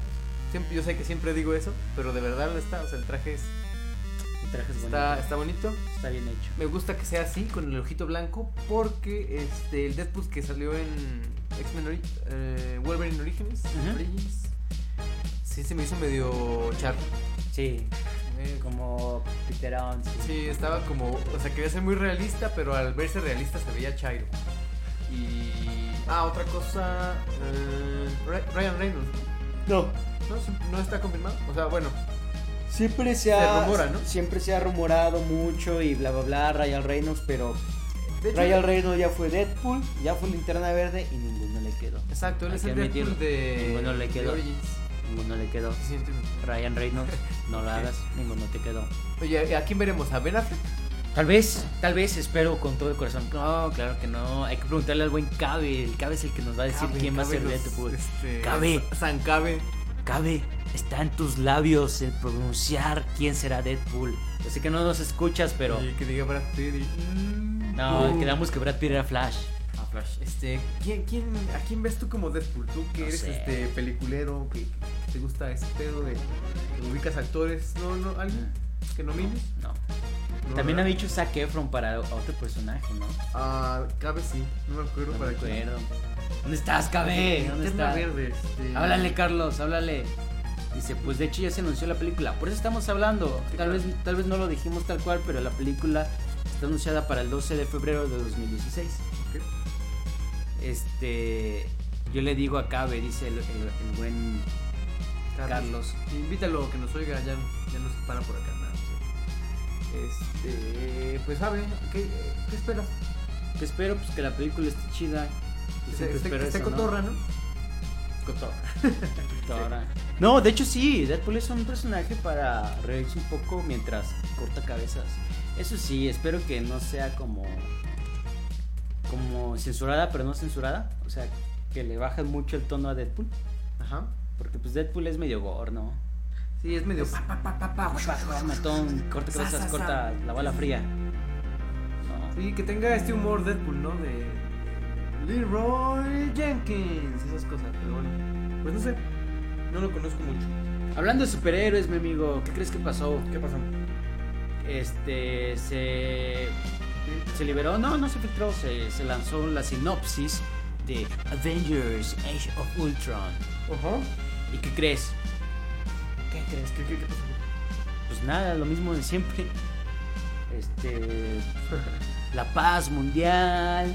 Speaker 3: Siempre, yo sé que siempre digo eso, pero de verdad lo está. O sea, el traje es-
Speaker 4: El traje es
Speaker 3: está,
Speaker 4: bonito,
Speaker 3: está bonito.
Speaker 4: está bien hecho.
Speaker 3: Me gusta que sea así, con el ojito blanco, porque este, el Deadpool que salió en X-Men Ori- eh, Wolverine Origins,
Speaker 4: Ujú.
Speaker 3: Origins, sí se me hizo medio char.
Speaker 4: Sí,
Speaker 3: eh, como-
Speaker 4: como Peter Owens.
Speaker 3: sí, estaba como, o sea, quería ser muy realista, pero al verse realista se veía chairo. Y... Ah, otra cosa, eh, Ra- Ryan Reynolds,
Speaker 4: No,
Speaker 3: ¿no? ¿no? ¿No está confirmado? O sea, bueno,
Speaker 4: Siempre se
Speaker 3: Se
Speaker 4: ha,
Speaker 3: rumora, ¿no?
Speaker 4: siempre se ha rumorado mucho y bla bla bla, Ryan Reynolds, pero
Speaker 3: de hecho-
Speaker 4: Ryan Reynolds ya fue Deadpool, ya fue Linterna Verde y ninguno le quedó.
Speaker 3: Exacto, él
Speaker 4: Hay
Speaker 3: es
Speaker 4: que
Speaker 3: el Deadpool
Speaker 4: admitirlo.
Speaker 3: de,
Speaker 4: Ninguno le
Speaker 3: de
Speaker 4: quedó.
Speaker 3: Origins.
Speaker 4: Ninguno le quedó.
Speaker 3: Sí, entiendo.
Speaker 4: Ryan Reynolds, no lo hagas, ninguno te quedó.
Speaker 3: Oye, ¿a quién veremos? ¿A Ben Affleck?
Speaker 4: Tal vez, tal vez, espero con todo el corazón. No, claro que no. Hay que preguntarle al buen Cabe. El Cabe es el que nos va a decir
Speaker 3: Cabe,
Speaker 4: quién va a
Speaker 3: Cabe
Speaker 4: ser
Speaker 3: los-
Speaker 4: Deadpool.
Speaker 3: este,
Speaker 4: Cabe.
Speaker 3: San Cabe.
Speaker 4: Cabe, está en tus labios el pronunciar quién será Deadpool. Yo sé que no nos escuchas, pero.
Speaker 3: Y que diga Brad Pitt. y-
Speaker 4: No,
Speaker 3: Uh.
Speaker 4: quedamos que Brad Pitt era Flash.
Speaker 3: Ah, Flash. Este, ¿quién, quién, ¿a quién ves tú como Deadpool? Tú que
Speaker 4: No
Speaker 3: eres
Speaker 4: sé.
Speaker 3: este peliculero, que, que te gusta ese pedo de que ubicas actores. No, no, alguien que nomines.
Speaker 4: No.
Speaker 3: No,
Speaker 4: Ah. También ha
Speaker 3: ¿verdad?
Speaker 4: dicho Zac Efron para otro personaje, ¿no?
Speaker 3: Ah, Cabe sí. No me acuerdo
Speaker 4: No me
Speaker 3: para quién.
Speaker 4: acuerdo. ¿Dónde estás, Cabe? ¿Dónde
Speaker 3: Linterna
Speaker 4: estás?
Speaker 3: verde. este-
Speaker 4: Háblale, Carlos, háblale. Dice, pues de hecho ya se anunció la película. Por eso estamos hablando.
Speaker 3: Sí,
Speaker 4: Tal
Speaker 3: claro.
Speaker 4: vez, tal vez no lo dijimos tal cual, pero la película está anunciada para el 12 de febrero de 2016. Este. Yo le digo a Cabe, dice el, el- el buen. Carlos.
Speaker 3: Invítalo que nos oiga, ya, ya nos para por acá. nada, o sea. Este, pues sabe, ¿qué, qué esperas?
Speaker 4: Que espero pues, que la película esté chida. Yo siempre
Speaker 3: Que se- que
Speaker 4: espero
Speaker 3: esté
Speaker 4: eso, ¿no?
Speaker 3: cotorra, ¿no? Cotorra.
Speaker 4: Ahora. No, de hecho sí, Deadpool es un personaje para reírse un poco mientras corta cabezas. Eso sí, espero que no sea como como censurada, pero no censurada, o sea, que le bajen mucho el tono a Deadpool,
Speaker 3: Ajá.
Speaker 4: porque pues Deadpool es medio gore, ¿no?
Speaker 3: Sí, es medio. pa, pa, pa, pa, pa.
Speaker 4: Matón, corta
Speaker 3: Sa, sa,
Speaker 4: cabezas,
Speaker 3: sa.
Speaker 4: corta la bala fría. No.
Speaker 3: Sí, que tenga este humor Deadpool, ¿no? De.
Speaker 5: Leroy Jenkins, esas cosas, pero bueno. Pues no sé, no lo conozco mucho.
Speaker 4: Hablando de superhéroes, mi amigo, ¿qué crees que pasó?
Speaker 5: ¿Qué pasó?
Speaker 4: Este se se liberó, no, no se filtró, se, se lanzó la sinopsis de Avengers Age of Ultron.
Speaker 5: Ajá.
Speaker 4: ¿Y qué crees?
Speaker 5: ¿Qué crees? ¿Qué, qué, qué pasó?
Speaker 4: Pues nada, lo mismo de siempre. Este la paz mundial,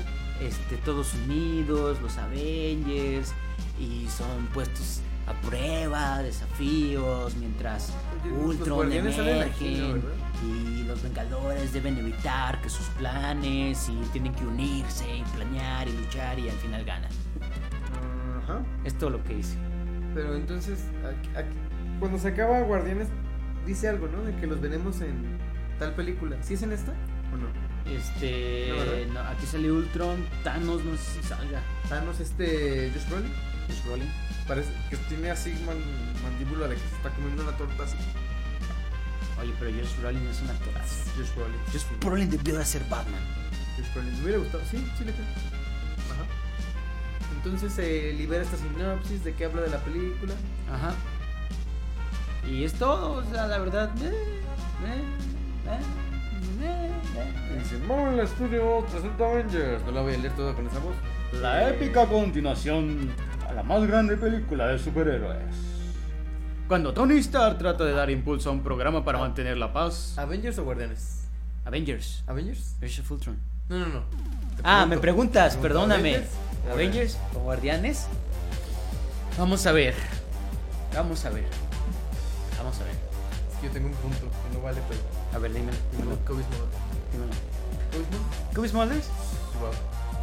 Speaker 4: este todos unidos, los Avengers y son puestos a prueba, desafíos, mientras
Speaker 5: Oye, los
Speaker 4: Ultron
Speaker 5: Guardianes salen aquí, ¿no,
Speaker 4: emergen
Speaker 5: verdad?
Speaker 4: y los Vengadores deben evitar que sus planes y tienen que unirse y planear y luchar y al final ganan.
Speaker 5: Ajá.
Speaker 4: Es todo lo que hice.
Speaker 3: Pero entonces, aquí- aquí- cuando se acaba Guardianes, dice algo, ¿no? De que los veremos en tal película. ¿Sí es en esta o no?
Speaker 4: Este,
Speaker 3: ¿No, verdad?
Speaker 4: no, aquí sale Ultron, Thanos no sé si salga. Pues,
Speaker 3: Thanos, este Josh Brolin,
Speaker 4: Josh Brolin.
Speaker 3: parece que tiene así man- mandíbula de que se está comiendo una torta así.
Speaker 4: Oye, pero Josh Brolin es una actorazo.
Speaker 3: Josh Brolin.
Speaker 4: Josh Brolin debió de ser Batman.
Speaker 3: Josh Brolin. Me hubiera gustado. Sí, sí le creo. Ajá. Entonces se libera esta sinopsis de que habla de la película.
Speaker 4: Ajá. Y es todo, o sea, la verdad. eh, eh, eh, eh, eh.
Speaker 3: Dice, Marvel Studios presenta Avengers. No la voy a leer toda con esa voz.
Speaker 4: eh.
Speaker 6: La épica continuación a la más grande película de superhéroes. Cuando Tony Stark trata de dar impulso a un programa para mantener la paz,
Speaker 3: ¿Avengers o Guardianes?
Speaker 4: Avengers.
Speaker 3: ¿Avengers?
Speaker 4: Age of Ultron.
Speaker 3: No, no, no.
Speaker 4: Ah,
Speaker 3: Te pregunto.
Speaker 4: me preguntas,
Speaker 3: Te pregunto,
Speaker 4: perdóname.
Speaker 3: ¿Avengers?
Speaker 4: ¿Avengers o Guardianes? Vamos a ver. Vamos a ver. Vamos a ver.
Speaker 3: Es que yo tengo un punto que no vale, pero.
Speaker 4: A ver, dímelo. Dímelo.
Speaker 3: Kobe Smulders.
Speaker 4: dímelo.
Speaker 3: Kobe Smulders.
Speaker 4: ¿Cómo es Smulders?
Speaker 3: Su guapo.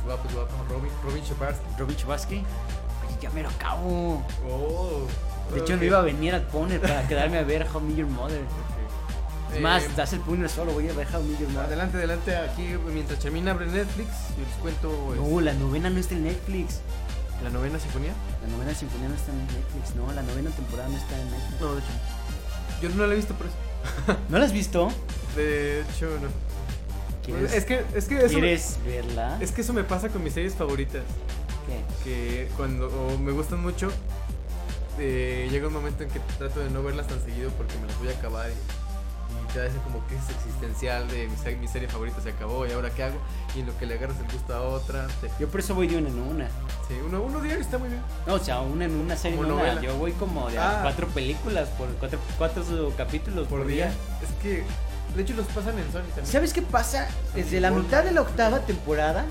Speaker 3: Su guapo, su guapo. Robin. Robin Shepard.
Speaker 4: Robin Chubasky. Oye, ya me lo acabo.
Speaker 3: Oh.
Speaker 4: De hecho, me iba a venir a poner para quedarme a ver How Me Your Mother. Es más, das el puño solo, voy a ver How Me Your Mother.
Speaker 3: Eh, Adelante, adelante. Aquí, mientras Chamina abre Netflix, yo les cuento.
Speaker 4: No, la novena no está en Netflix.
Speaker 3: es, ¿La novena sinfonía?
Speaker 4: La novena sinfonía no está en Netflix. No, la novena temporada no está en Netflix.
Speaker 3: No, de hecho. Yo no la he visto por eso.
Speaker 4: ¿No la has visto?
Speaker 3: De hecho, no.
Speaker 4: ¿Quieres,
Speaker 3: Es que, es que eso. me-
Speaker 4: ¿quieres verla?
Speaker 3: Es que eso me pasa con mis series favoritas.
Speaker 4: ¿Qué?
Speaker 3: que cuando o me gustan mucho, eh, llega un momento en que trato de no verlas tan seguido porque me las voy a acabar y, y te da ese como crisis existencial de mi, se- mi serie favorita se acabó y ahora qué hago y en lo que le agarras el gusto a otra. te-
Speaker 4: Yo por eso voy de una en una.
Speaker 3: sí, uno, uno diario está muy bien.
Speaker 4: No, o sea, una en una serie
Speaker 3: Como
Speaker 4: en una.
Speaker 3: novela.
Speaker 4: Yo voy como de
Speaker 3: Ah.
Speaker 4: a cuatro películas, por cuatro, cuatro capítulos por, día.
Speaker 3: Es que, de hecho, los pasan en Sony también.
Speaker 4: ¿Sabes qué pasa? Desde la mitad de la octava temporada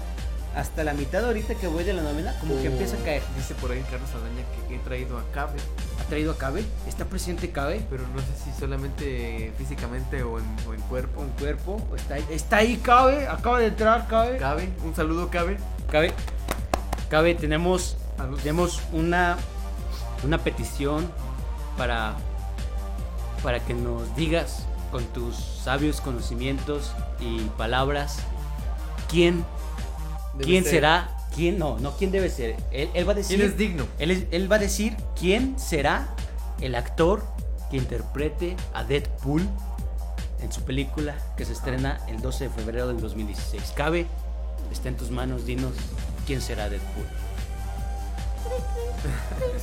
Speaker 4: hasta la mitad ahorita que voy de la novena, como que
Speaker 3: O
Speaker 4: empieza a caer.
Speaker 3: Dice por ahí Carlos Aldaña que he traído a Cabe,
Speaker 4: ¿Ha traído a Cabe? ¿Está presente Cabe?
Speaker 3: pero no sé si solamente físicamente o en, o en cuerpo.
Speaker 4: ¿Con cuerpo? ¿O está, ahí? ¿Está ahí Cabe? Acaba de entrar Cabe.
Speaker 3: Cabe, un saludo Cabe.
Speaker 4: Cabe, Cabe tenemos,
Speaker 3: Salud.
Speaker 4: tenemos una, una petición para, para que nos digas con tus sabios conocimientos y palabras quién,
Speaker 3: Debe
Speaker 4: quién
Speaker 3: ser.
Speaker 4: será, quién no, no quién debe ser. Él, él va a decir
Speaker 3: ¿Quién es digno?
Speaker 4: Él, es- él va a decir quién será el actor que interprete a Deadpool en su película que se estrena el 12 de febrero del 2016. Cabe, está en tus manos, dinos quién será Deadpool.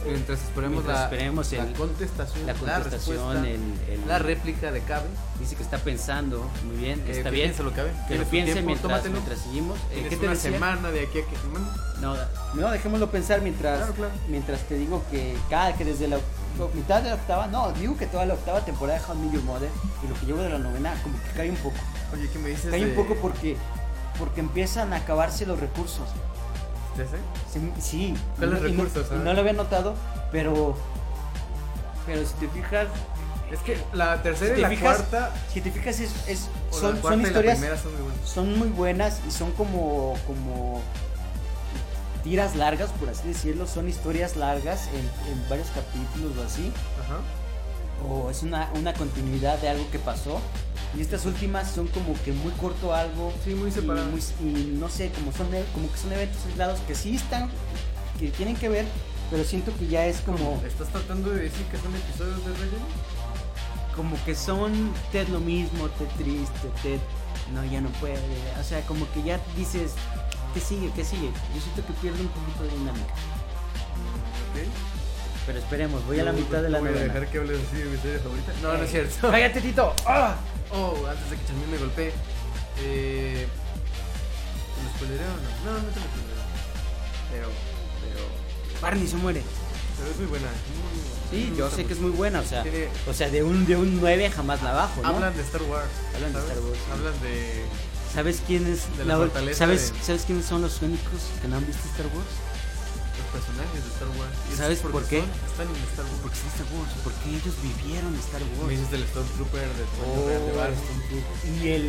Speaker 3: Mientras esperemos,
Speaker 4: Mientras
Speaker 3: la,
Speaker 4: esperemos
Speaker 3: la
Speaker 4: el-
Speaker 3: contestación,
Speaker 4: La contestación,
Speaker 3: respuesta,
Speaker 4: el- el-
Speaker 3: la réplica de Cabe.
Speaker 4: dice que está pensando, muy bien,
Speaker 3: Eh,
Speaker 4: está
Speaker 3: que
Speaker 4: bien,
Speaker 3: piénsalo, Cabe.
Speaker 4: que lo
Speaker 3: Tienes tu
Speaker 4: piense
Speaker 3: tiempo,
Speaker 4: mientras,
Speaker 3: tómatelo.
Speaker 4: mientras seguimos. Eh,
Speaker 3: Tienes
Speaker 4: ¿Qué te
Speaker 3: una
Speaker 4: decía?
Speaker 3: semana de aquí a que semana?
Speaker 4: No, no, dejémoslo pensar mientras,
Speaker 3: Claro, claro.
Speaker 4: mientras te digo que cada que desde la oc- mitad de la octava, no, digo que toda la octava temporada de How I Met Your Mother y lo que llevo de la novena como que cae un poco.
Speaker 3: Oye, ¿qué me dices?
Speaker 4: Cae
Speaker 3: de-
Speaker 4: un poco porque, porque empiezan a acabarse los recursos.
Speaker 3: ¿Te hace?
Speaker 4: Se- sí, y
Speaker 3: ¿Cuáles
Speaker 4: no- y no,
Speaker 3: recursos,
Speaker 4: y
Speaker 3: ah?
Speaker 4: no lo había notado, pero pero si te fijas,
Speaker 3: Es que la
Speaker 4: si
Speaker 3: tercera y
Speaker 4: te
Speaker 3: la
Speaker 4: fijas,
Speaker 3: cuarta.
Speaker 4: si te fijas es, es-
Speaker 3: o la
Speaker 4: son, son
Speaker 3: cuarta y la
Speaker 4: historias
Speaker 3: primera son muy buenas.
Speaker 4: son muy buenas y son como como tiras largas por así decirlo son historias largas en, en varios capítulos o así
Speaker 3: Ajá.
Speaker 4: o es una, una continuidad de algo que pasó y estas últimas son como que muy corto algo
Speaker 3: Sí, muy
Speaker 4: y
Speaker 3: separadas.
Speaker 4: muy- y no sé como son e- como que son eventos aislados que sí están que tienen que ver pero siento que ya es como
Speaker 3: ¿Estás tratando de decir que son episodios de relleno?
Speaker 4: como que son Ted lo mismo, Ted triste, Ted no ya no puede, o sea, como que ya dices ¿Qué sigue? ¿Qué sigue? Yo siento que pierde un poquito de dinámica. Pero esperemos, voy a la
Speaker 3: No,
Speaker 4: mitad
Speaker 3: no
Speaker 4: de la Eh.
Speaker 3: voy a
Speaker 4: novela.
Speaker 3: dejar que hables así de mi serie favorita. No, no es cierto.
Speaker 4: ¡Cállate, Tito! ¡Ah!
Speaker 3: Oh, antes de que Charmín me golpee. Eh, ¿Te lo spoileré o no? No, no te lo spoileré. Pero, pero.
Speaker 4: Barney se muere.
Speaker 3: Pero es muy buena. muy-
Speaker 4: Sí,
Speaker 3: me
Speaker 4: yo
Speaker 3: gusta
Speaker 4: sé que es
Speaker 3: mucho.
Speaker 4: muy buena, o sea,
Speaker 3: Tiene-
Speaker 4: o sea de, un, de un 9 jamás la bajo, ¿no?
Speaker 3: Hablan de Star Wars.
Speaker 4: Hablan de
Speaker 3: ¿sabes?
Speaker 4: Star Wars, sí.
Speaker 3: Hablan de.
Speaker 4: ¿Sabes quién es
Speaker 3: De la fortaleza
Speaker 4: ¿sabes,
Speaker 3: de-
Speaker 4: ¿Sabes quiénes son los únicos que no han visto Star Wars?
Speaker 3: los personajes de Star Wars. Y eso
Speaker 4: ¿Sabes
Speaker 3: es porque
Speaker 4: por qué?
Speaker 3: son- están en Star Wars.
Speaker 4: Porque son Star Wars, porque ellos vivieron Star
Speaker 3: Me
Speaker 4: Wars.
Speaker 3: dices del Stormtrooper, de
Speaker 4: Oh.
Speaker 3: de Bar Stormtrooper.
Speaker 4: Y el,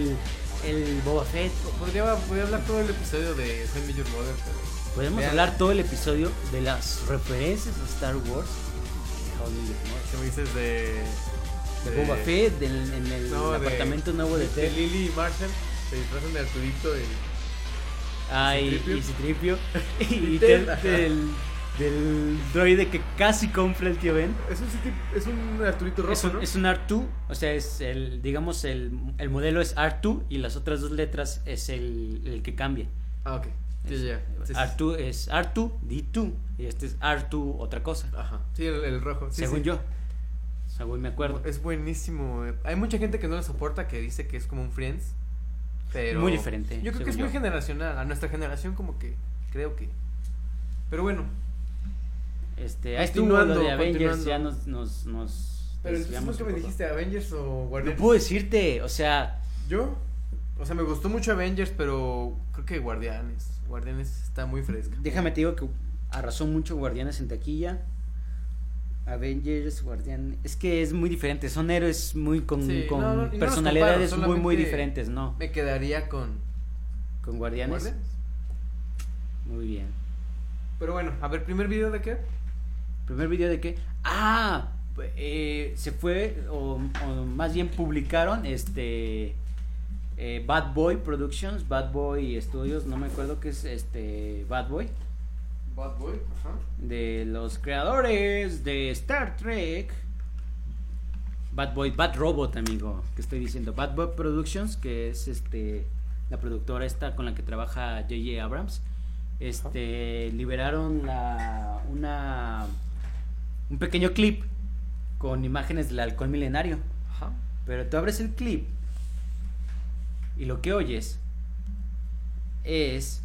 Speaker 4: el Boba Fett.
Speaker 3: Podría, podría hablar todo el episodio de Send Me Your Mother, pero.
Speaker 4: Podemos
Speaker 3: Vean.
Speaker 4: hablar todo el episodio de las referencias a Star Wars. De How Do You Know.
Speaker 3: ¿Qué me dices de.
Speaker 4: De Boba Fett, del- en el
Speaker 3: No, de-
Speaker 4: apartamento nuevo de
Speaker 3: De
Speaker 4: Ted.
Speaker 3: Lily y Marshall se disfrazan de Arturito y.
Speaker 4: Ay,
Speaker 3: Citripio.
Speaker 4: y Citripio. Y
Speaker 3: Y Ted,
Speaker 4: del,
Speaker 3: ajá.
Speaker 4: del, del droide que casi compra el tío Ben.
Speaker 3: Es un, city- es un Arturito rojo,
Speaker 4: Es un,
Speaker 3: ¿no?
Speaker 4: es un R2, o sea, es el, digamos, el, el modelo es R2 y las otras dos letras es el, el que cambia.
Speaker 3: Ah, ok. Ya,
Speaker 4: Es-
Speaker 3: ya, ya. Sí, sí, sí.
Speaker 4: R2 es R2, D2, y este es R2 otra cosa,
Speaker 3: Ajá. Sí, el, el rojo. Sí,
Speaker 4: según
Speaker 3: sí.
Speaker 4: yo, según me acuerdo.
Speaker 3: Es buenísimo. eh. Hay mucha gente que no lo soporta, que dice que es como un Friends. Pero
Speaker 4: Muy diferente,
Speaker 3: Yo creo
Speaker 4: según
Speaker 3: que es muy
Speaker 4: yo.
Speaker 3: generacional. A nuestra generación, como que. Creo que. Pero bueno.
Speaker 4: Este, ahí estuvo lo de
Speaker 3: Continuando,
Speaker 4: Avengers,
Speaker 3: continuando.
Speaker 4: ya nos, nos, nos
Speaker 3: Pero
Speaker 5: Pues,
Speaker 3: entonces,
Speaker 4: desviamos
Speaker 3: ¿por qué
Speaker 4: un
Speaker 3: me
Speaker 4: poco.
Speaker 3: dijiste Avengers o
Speaker 4: No
Speaker 3: Guardianes?
Speaker 4: puedo decirte, o sea,
Speaker 3: Yo. O sea, me gustó mucho Avengers, pero creo que Guardianes. Guardianes está muy fresca.
Speaker 4: déjame te digo que arrasó mucho Guardianes en taquilla. Avengers, Guardianes, es que es muy diferente, son héroes muy con,
Speaker 3: Sí,
Speaker 4: con
Speaker 3: no, no, y no los
Speaker 4: personalidades
Speaker 3: comparo,
Speaker 4: muy muy
Speaker 3: solamente-
Speaker 4: diferentes, ¿no?
Speaker 3: Me quedaría con.
Speaker 4: Con Guardianes.
Speaker 3: Guardianes.
Speaker 4: Muy bien.
Speaker 3: Pero bueno, a ver, primer video de qué?
Speaker 4: ¿Primer video de qué? Ah, eh, se fue, o, o más bien publicaron este eh, Bad Boy Productions, Bad Boy Studios, no me acuerdo qué es este Bad Boy,
Speaker 3: Bad Boy. Ajá.
Speaker 4: de los creadores de Star Trek. Bad Boy, Bad Robot, amigo, que estoy diciendo. Bad Boy Productions, que es este la productora esta con la que trabaja JJ Abrams. Este liberaron la una un pequeño clip con imágenes del halcón milenario.
Speaker 3: Ajá.
Speaker 4: Pero tú abres el clip y lo que oyes es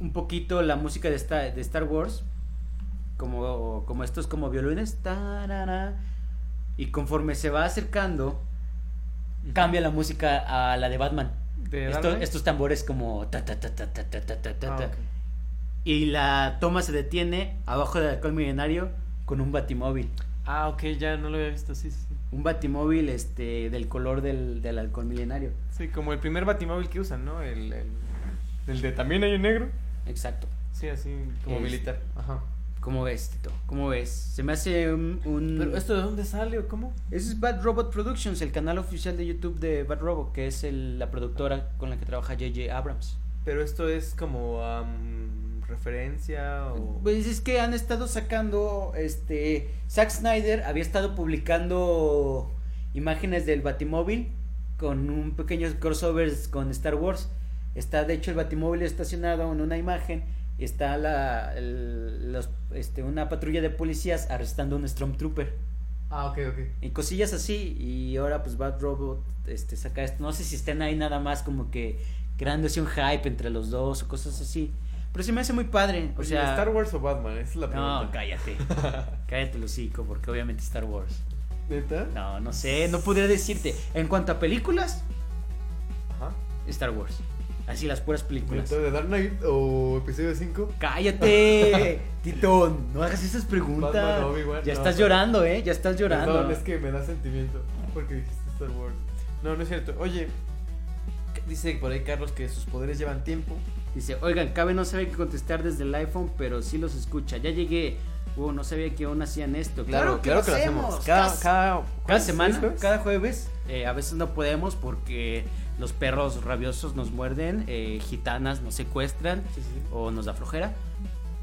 Speaker 4: un poquito la música de, esta, de Star Wars, como, como estos como violines, tarara, y conforme se va acercando, cambia la música a la de Batman.
Speaker 3: ¿De
Speaker 4: Esto-
Speaker 3: Darkman?
Speaker 4: estos tambores como... ta, ta, ta, ta, ta, ta, ta, ta,
Speaker 3: Ah,
Speaker 4: ta.
Speaker 3: ok.
Speaker 4: Y la toma se detiene abajo del alcohol milenario con un batimóvil.
Speaker 5: Ah, ok, ya no lo había visto, sí, sí. sí.
Speaker 4: Un batimóvil este, del color del, del alcohol milenario.
Speaker 5: Sí, como el primer batimóvil que usan, ¿no? El, el, el de también hay un negro.
Speaker 4: Exacto.
Speaker 5: Sí, así como
Speaker 4: Es-
Speaker 5: militar.
Speaker 3: Ajá.
Speaker 4: ¿Cómo ves, Tito? ¿Cómo ves? Se me hace un... un-
Speaker 5: ¿Pero esto de dónde sale o cómo?
Speaker 4: Ese es Bad Robot Productions, el canal oficial de YouTube de Bad Robot, que es el- la productora con la que trabaja JJ Abrams.
Speaker 3: Pero esto es como am, referencia o...
Speaker 4: Pues es que han estado sacando, este, Zack Snyder había estado publicando imágenes del Batimóvil con un pequeño crossovers con Star Wars. Está, de hecho, el Batimóvil estacionado en una imagen. y Está la, el- los- este, una patrulla de policías arrestando a un Stormtrooper.
Speaker 3: Ah, ok, ok.
Speaker 4: Y cosillas así. Y ahora, pues, Bad Robot este, saca esto. No sé si estén ahí nada más como que creándose un hype entre los dos o cosas así. Pero se me hace muy padre. O
Speaker 3: Oye,
Speaker 4: sea,
Speaker 3: Pues ¿Star Wars o Batman? Esa es la pregunta.
Speaker 4: no, cállate. cállate, el hocico, porque obviamente Star Wars.
Speaker 3: ¿Neta?
Speaker 4: No, no sé, no podría decirte. En cuanto a películas,
Speaker 3: Ajá.
Speaker 4: Star Wars. Así las puras películas.
Speaker 3: ¿Neta de Dark Knight o Episodio 5?
Speaker 4: Cállate, Titón, no hagas esas preguntas.
Speaker 3: Batman, Obi-Wan,
Speaker 4: ya
Speaker 3: no,
Speaker 4: estás
Speaker 3: pero-
Speaker 4: llorando, ¿eh? Ya estás llorando.
Speaker 3: Perdón, es que me da sentimiento porque dijiste Star Wars. No, no es cierto. Oye, dice por ahí Carlos que sus poderes llevan tiempo.
Speaker 4: Dice, oigan, Cabe no sabe qué contestar desde el iPhone, pero sí los escucha. Ya llegué. Wow, no sabía que aún hacían esto. Claro, que, lo hacemos.
Speaker 3: Cada,
Speaker 4: Cas-
Speaker 3: cada,
Speaker 4: Cada semana,
Speaker 3: ¿sí, pues?
Speaker 4: cada jueves, eh, a veces no podemos porque los perros rabiosos nos muerden, eh, gitanas nos secuestran
Speaker 5: Sí, sí.
Speaker 4: o nos da flojera.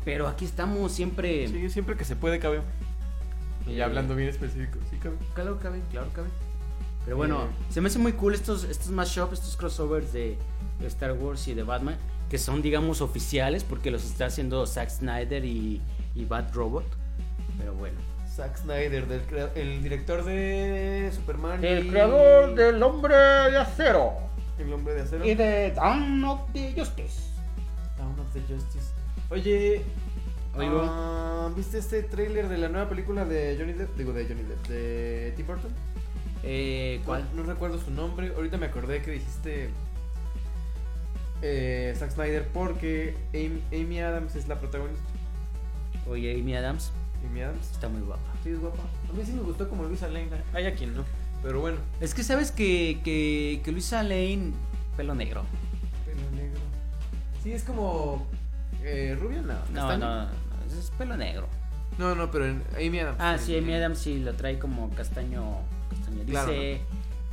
Speaker 4: Pero aquí estamos siempre.
Speaker 5: Sí, siempre que se puede, cabeo.
Speaker 3: Y ya hablando bien específico, sí, cabrón.
Speaker 4: Claro, cabe, claro, cabe. Pero bueno,
Speaker 3: Eh.
Speaker 4: se me hace muy cool estos, estos mashups, estos crossovers de Star Wars y de Batman, que son, digamos, oficiales porque los está haciendo Zack Snyder y, y Bat Robot. Pero bueno.
Speaker 3: Zack Snyder, del crea- el director de Superman. y-
Speaker 6: Hombre de Acero
Speaker 3: El hombre de acero.
Speaker 6: de Dawn of the Justice.
Speaker 3: Dawn of the Justice. Oye.
Speaker 4: Oigo.
Speaker 3: ah, ¿Viste este tráiler de la nueva película de Johnny Depp? Digo, de Johnny Depp, de Tim Burton.
Speaker 4: Eh, ¿Cuál?
Speaker 3: No, no recuerdo su nombre. Ahorita me acordé que dijiste eh, Zack Snyder porque Am- Amy Adams es la protagonista.
Speaker 4: Oye, Amy Adams
Speaker 3: Amy Adams.
Speaker 4: está muy guapa.
Speaker 3: Sí, es guapa. A mí sí me gustó como Luisa Lane.
Speaker 5: Hay a quien no.
Speaker 3: Pero bueno,
Speaker 4: Es que sabes que, que, que Luisa Lane, pelo negro.
Speaker 3: pelo negro. Sí, es como. Eh, ¿Rubia? No,
Speaker 4: No,
Speaker 3: castaña.
Speaker 4: no, no, es pelo negro.
Speaker 3: No, no, pero en Amy Adams.
Speaker 4: Ah, sí, Amy Adams sí lo trae como castaño. castaño. Dice,
Speaker 3: Claro,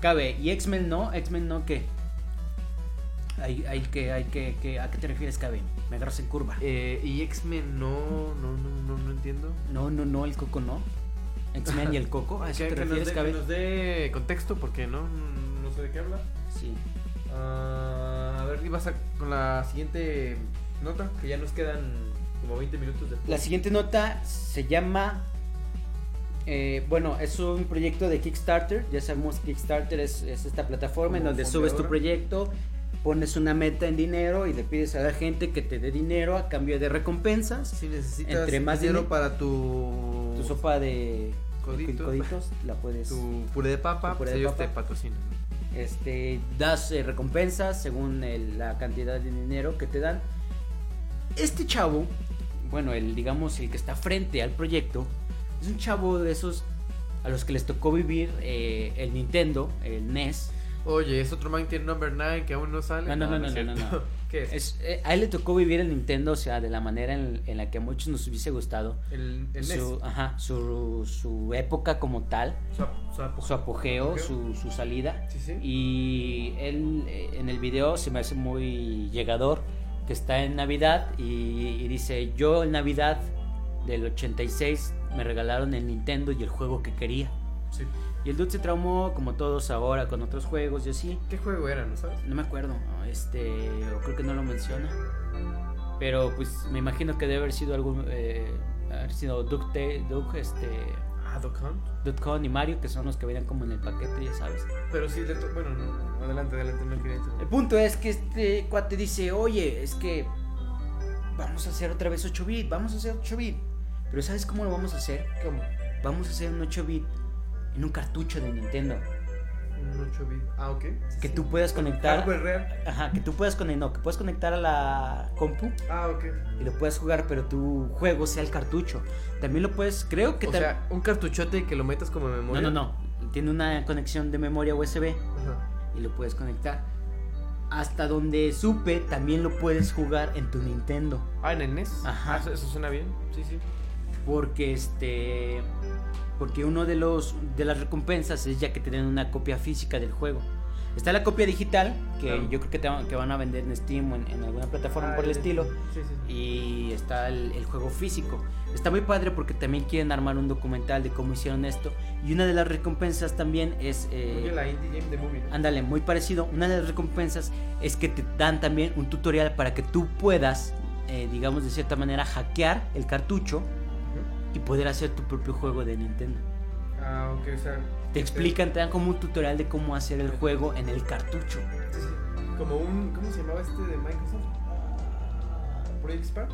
Speaker 4: cabe. ¿Y X-Men no? ¿X-Men no qué? Hay, hay que, hay que, que- ¿A qué te refieres, cabe? Me agarras en curva.
Speaker 3: Eh, y X-Men, no, no, no, no, no entiendo.
Speaker 4: No, no, no, el coco no. X-Men y el coco, ¿a eso
Speaker 3: Que-
Speaker 4: te
Speaker 3: que nos
Speaker 4: refieres,
Speaker 3: dé- que
Speaker 4: cabe?
Speaker 3: nos dé contexto porque no, no sé de qué habla.
Speaker 4: Sí.
Speaker 3: Ah, a ver, ibas a- con la siguiente nota, que ya nos quedan como 20 minutos de...
Speaker 4: La siguiente nota se llama. eh, bueno, es un proyecto de Kickstarter. Ya sabemos que Kickstarter es, es esta plataforma en
Speaker 3: Como
Speaker 4: donde subes tu
Speaker 3: fondeadora.
Speaker 4: proyecto, pones una meta en dinero y le pides a la gente que te dé dinero a cambio de recompensas.
Speaker 3: Si necesitas
Speaker 4: Entre más
Speaker 3: dinero
Speaker 4: dine-
Speaker 3: para tu...
Speaker 4: Tu sopa de
Speaker 3: Coditos.
Speaker 4: coditos la puedes.
Speaker 3: tu puré de papa,
Speaker 4: Tu puré
Speaker 3: pues
Speaker 4: de
Speaker 3: ellos
Speaker 4: papa.
Speaker 3: te patrocinan. ¿no?
Speaker 4: este, das eh, recompensas según el- la cantidad de dinero que te dan. Este chavo, bueno, el digamos el que está frente al proyecto, es un chavo de esos a los que les tocó vivir eh, el Nintendo, el E NES.
Speaker 3: Oye, es otro Mountain Number 9 que aún no sale.
Speaker 4: No, no, no, no,
Speaker 3: es
Speaker 4: no, no,
Speaker 3: cierto.
Speaker 4: no.
Speaker 3: ¿Qué es?
Speaker 4: Es- eh, a él le tocó vivir el Nintendo, o sea, de la manera en, en la que a muchos nos hubiese gustado.
Speaker 3: El, E el NES.
Speaker 4: Su, ajá, su, su época como tal,
Speaker 3: Su ap- su apogeo.
Speaker 4: su apogeo, su,
Speaker 3: Apogeo.
Speaker 4: su salida.
Speaker 3: Sí, sí.
Speaker 4: Y él eh, en el video se me hace muy llegador que está en Navidad y, y dice, yo en Navidad del 86 me regalaron el Nintendo y el juego que quería.
Speaker 3: Sí.
Speaker 4: Y el dude se traumó como todos ahora con otros juegos y así.
Speaker 3: ¿Qué juego era, no sabes?
Speaker 4: No me acuerdo, ¿no? este, o creo que no lo menciona. Pero pues me imagino que debe haber sido algún, eh, haber sido Duck, Duck, este,
Speaker 3: Ah, Duck Hunt.
Speaker 4: Duck Hunt y Mario, que son los que venían como en el paquete, ya sabes.
Speaker 3: Pero sí, le to- bueno, no, adelante, adelante, no quería
Speaker 4: El
Speaker 3: interrumpir.
Speaker 4: punto es que este cuate dice, oye, es que vamos a hacer otra vez 8 bit, vamos a hacer 8 bit. Pero ¿sabes cómo lo vamos a hacer?
Speaker 3: ¿Cómo?
Speaker 4: Vamos a hacer un 8 bit en un cartucho de Nintendo
Speaker 3: Un 8 bit. Ah, ok. Sí, Ah,
Speaker 4: que
Speaker 3: sí.
Speaker 4: tú puedas conectar,
Speaker 3: Hardware real.
Speaker 4: ajá, que tú puedas conectar, no, que puedas conectar a la compu
Speaker 3: Ah, ok.
Speaker 4: y lo puedas jugar, pero tu juego sea el cartucho. También lo puedes, creo que
Speaker 3: o
Speaker 4: tam-
Speaker 3: sea, un cartuchote que lo metas como
Speaker 4: no,
Speaker 3: memoria.
Speaker 4: no, no, tiene una conexión de memoria USB.
Speaker 3: Ajá.
Speaker 4: y lo puedes conectar. Hasta donde supe, también lo puedes jugar en tu Nintendo.
Speaker 3: Ah, en el NES.
Speaker 4: Ajá.
Speaker 3: Ah, eso, eso suena bien. Sí, sí.
Speaker 4: Porque este. Porque uno de los de las recompensas es ya que tienen una copia física del juego. Está la copia digital, que
Speaker 3: Claro.
Speaker 4: yo creo que, te van- que van a vender en Steam o en, en alguna plataforma
Speaker 3: Ah,
Speaker 4: por el estilo.
Speaker 3: Sí, sí.
Speaker 4: Y está el, el juego físico. Está muy padre porque también quieren armar un documental de cómo hicieron esto. Y una de las recompensas también es. eh,
Speaker 3: Oye, la indie game de movie. ¿no?
Speaker 4: Ándale, muy parecido. Una de las recompensas es que te dan también un tutorial para que tú puedas, eh, digamos de cierta manera, hackear el cartucho y poder hacer tu propio juego de Nintendo.
Speaker 3: Ah, ok, o sea.
Speaker 4: Te explican, te dan como un tutorial de cómo hacer el juego en el cartucho.
Speaker 3: Sí, sí. Como un. ¿Cómo se llamaba este de Microsoft? Ah, Project Spark.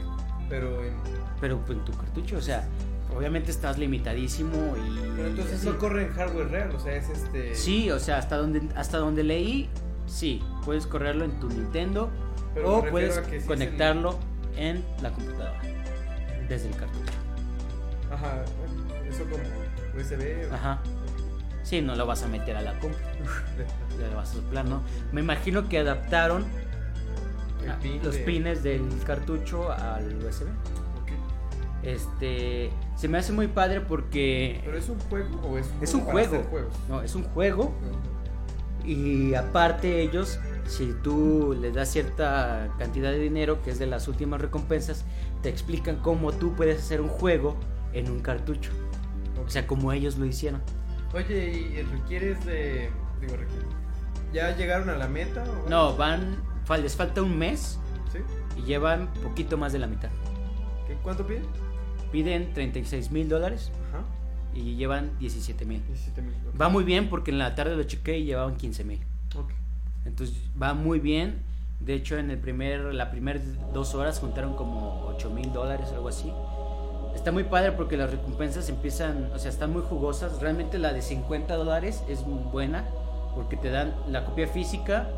Speaker 3: Pero en.
Speaker 4: Pero pues, en tu cartucho, o sea, obviamente estás limitadísimo y...
Speaker 3: Pero entonces
Speaker 4: así.
Speaker 3: no corre en hardware real, o sea, es este.
Speaker 4: Sí, o sea, hasta donde, hasta donde leí, sí, puedes correrlo en tu Nintendo
Speaker 3: Pero me
Speaker 4: o
Speaker 3: refiero
Speaker 4: puedes
Speaker 3: a que sí es el- E
Speaker 4: conectarlo en la computadora desde el cartucho.
Speaker 3: Ajá. Eso como USB. o-
Speaker 4: Ajá. Sí, no lo vas a meter a la compu, ya lo vas a soplar, ¿no? Me imagino que adaptaron
Speaker 3: El
Speaker 4: a-
Speaker 3: pin
Speaker 4: Ah, los
Speaker 3: de-
Speaker 4: pines del cartucho al USB.
Speaker 3: Ok.
Speaker 4: Este, se me hace muy padre
Speaker 3: ¿Pero
Speaker 4: porque
Speaker 3: es un juego o es un
Speaker 4: es un
Speaker 3: para
Speaker 4: juego.
Speaker 3: hacer juegos?
Speaker 4: No, es un juego
Speaker 3: Ujú.
Speaker 4: y aparte ellos, si tú les das cierta cantidad de dinero, que es de las últimas recompensas, te explican cómo tú puedes hacer un juego en un cartucho. O sea, como ellos lo hicieron.
Speaker 3: Oye, ¿y requieres de Digo, Ricky. ¿Ya llegaron a la meta? o-
Speaker 4: No, van. fal- Les falta un mes
Speaker 3: ¿Sí?
Speaker 4: y llevan poquito más de la mitad.
Speaker 3: ¿Qué- ¿Cuánto piden?
Speaker 4: Piden 36 mil dólares
Speaker 3: Ajá.
Speaker 4: y llevan 17 mil.
Speaker 3: 17 mil.
Speaker 4: Va muy bien porque en la tarde lo chequé y llevaban 15 mil.
Speaker 3: Ok.
Speaker 4: Entonces va muy bien. De hecho, en el primer, la primera dos horas juntaron como 8 mil dólares, algo así. Está muy padre porque las recompensas empiezan, o sea, están muy jugosas. Realmente la de 50 dólares es muy buena porque te dan la copia física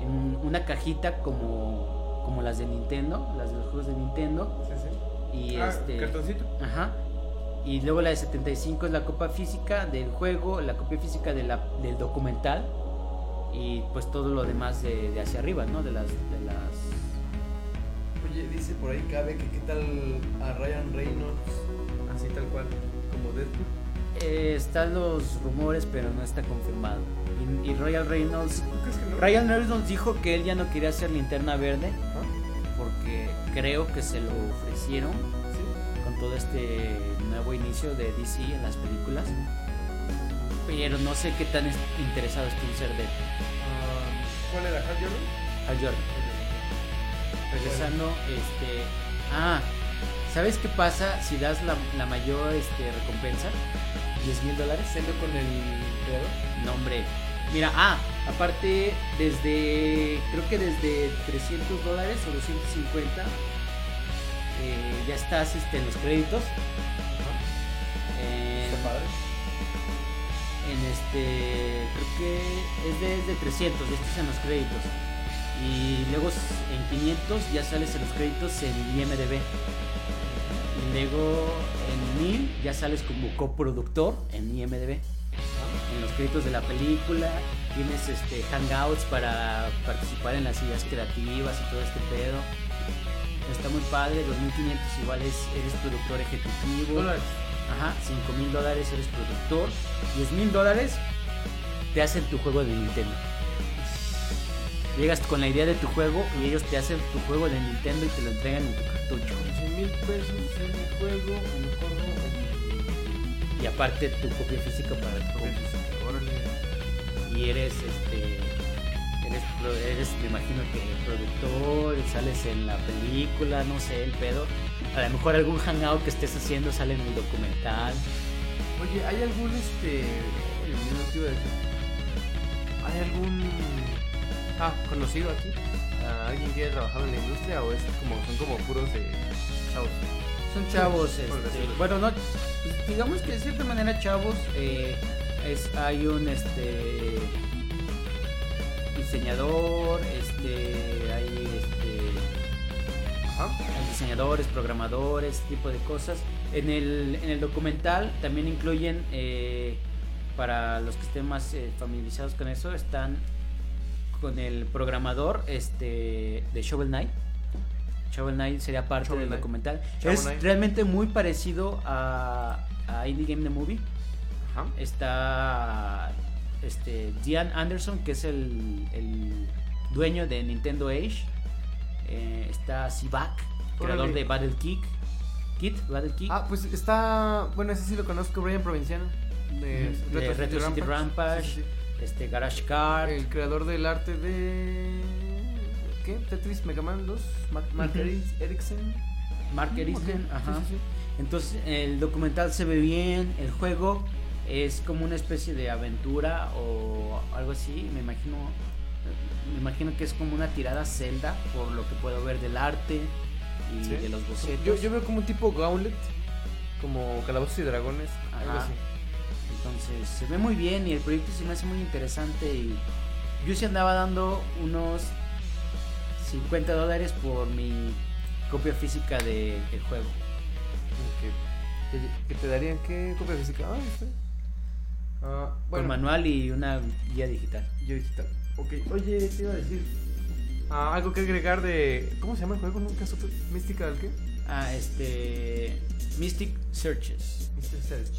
Speaker 4: en una cajita como, como las de Nintendo, las de los juegos de Nintendo.
Speaker 3: Sí, sí.
Speaker 4: Y
Speaker 3: Ah,
Speaker 4: este,
Speaker 3: cartoncito.
Speaker 4: Ajá. Y luego la de 75 es la copia física del juego, la copia física de la- del documental y pues todo lo demás de, de hacia arriba, ¿no? De las, de las...
Speaker 3: Oye, dice por ahí cabe que qué tal a Ryan Reynolds, así tal cual, como Deadpool.
Speaker 4: Eh, están los rumores, pero no está confirmado. Y, y Royal Reynolds...
Speaker 3: ¿Tú crees que no?
Speaker 4: Ryan Reynolds dijo que él ya no quería hacer linterna verde
Speaker 3: Ajá,
Speaker 4: porque creo que se lo ofrecieron
Speaker 3: sí.
Speaker 4: con todo este nuevo inicio de DC en las películas. Pero no sé qué tan es- interesado está en ser de
Speaker 3: Ah, ¿Cuál era? ¿Hal Jordan?
Speaker 4: Hal Jordan. Regresando, este. Ah, ¿sabes qué pasa si das la, la mayor este, recompensa? ¿10 mil dólares?
Speaker 3: Siendo con el creador.
Speaker 4: No, hombre. Mira, ah, aparte, desde. Creo que desde 300 dólares o 250. eh, ya estás este, en los créditos. En,
Speaker 3: Está padre.
Speaker 4: en este. Creo que es de, es de 300, ya estás en los créditos. Y luego s- en 500 ya sales en los créditos en IMDB. Y luego en 1000 ya sales como coproductor en IMDB. En los créditos de la película tienes este, hangouts para participar en las ideas creativas y todo este pedo. Está muy padre, 2500 igual es, eres productor ejecutivo.
Speaker 3: Dólares.
Speaker 4: Ajá, 5 mil dólares eres productor, 10 mil dólares te hacen tu juego de Nintendo. Llegas con la idea de tu juego y ellos te hacen tu juego de Nintendo y te lo entregan en tu cartucho.
Speaker 3: 11 mil pesos en el juego, en el corro,
Speaker 4: Y aparte tu copia física para tu juego. Y eres este. Eres, pro- eres, me imagino que productor, sales en la película, no sé, el pedo. A lo mejor algún hangout que estés haciendo sale en el documental.
Speaker 3: Oye, ¿hay algún este. Oye, mira, no te iba a decir. ¿Hay algún. Ah, conocido aquí? Ah, ¿Alguien que haya trabajado en la industria o es como, son como puros de chavos?
Speaker 4: Son chavos, este,
Speaker 3: Por decirlo así.
Speaker 4: bueno, no, pues, digamos que de cierta manera chavos, eh, es, hay un este diseñador, este, hay este,
Speaker 3: Ajá.
Speaker 4: hay diseñadores, programadores, ese tipo de cosas. En el, en el documental también incluyen, eh, para los que estén más eh, familiarizados con eso, están con el programador este, de Shovel Knight. Shovel Knight sería parte
Speaker 3: Shovel
Speaker 4: del
Speaker 3: Knight.
Speaker 4: documental.
Speaker 3: Shovel
Speaker 4: es
Speaker 3: Knight.
Speaker 4: realmente muy parecido a, a Indie Game The Movie.
Speaker 3: Ajá.
Speaker 4: Está este, Dean Anderson, que es el, el dueño de Nintendo Age. Eh, está Sivak, creador
Speaker 3: Órale.
Speaker 4: de Battle Kick. Kit, Battle Kick.
Speaker 3: Ah, pues está. Bueno, ese sí lo conozco, Brian Provenciano. De,
Speaker 4: Ujú, de Retro City Rampage.
Speaker 3: Sí, sí, sí.
Speaker 4: Este, Garage Car.
Speaker 3: El creador del arte de. ¿Qué? Tetris Mega Man 2. Mark, Mark
Speaker 4: Ujú.
Speaker 3: Eric- Eriksen.
Speaker 4: Mark Erickson,
Speaker 3: Ok, sí,
Speaker 4: ajá.
Speaker 3: sí, sí.
Speaker 4: Entonces el documental se ve bien, el juego es como una especie de aventura o algo así, me imagino me imagino que es como una tirada celda por lo que puedo ver del arte y
Speaker 3: Sí.
Speaker 4: de los bocetos.
Speaker 3: Yo, yo veo como un tipo Gauntlet, como Calabozos y Dragones, algo
Speaker 4: Ajá.
Speaker 3: así.
Speaker 4: Entonces se ve muy bien y el proyecto se me hace muy interesante y yo se andaba dando unos 50 dólares por mi copia física de- del juego.
Speaker 3: Ok. ¿Que, que te darían qué copia física? Ah, sí. Ah,
Speaker 4: Con
Speaker 3: bueno,
Speaker 4: manual y una guía digital.
Speaker 3: yo digital. Ok, oye, te iba a decir. Ah, algo que agregar de. ¿Cómo se llama el juego? Nunca supe. ¿Mística del qué?
Speaker 4: Ah, este. Mystic Searches.
Speaker 3: Mr. Search.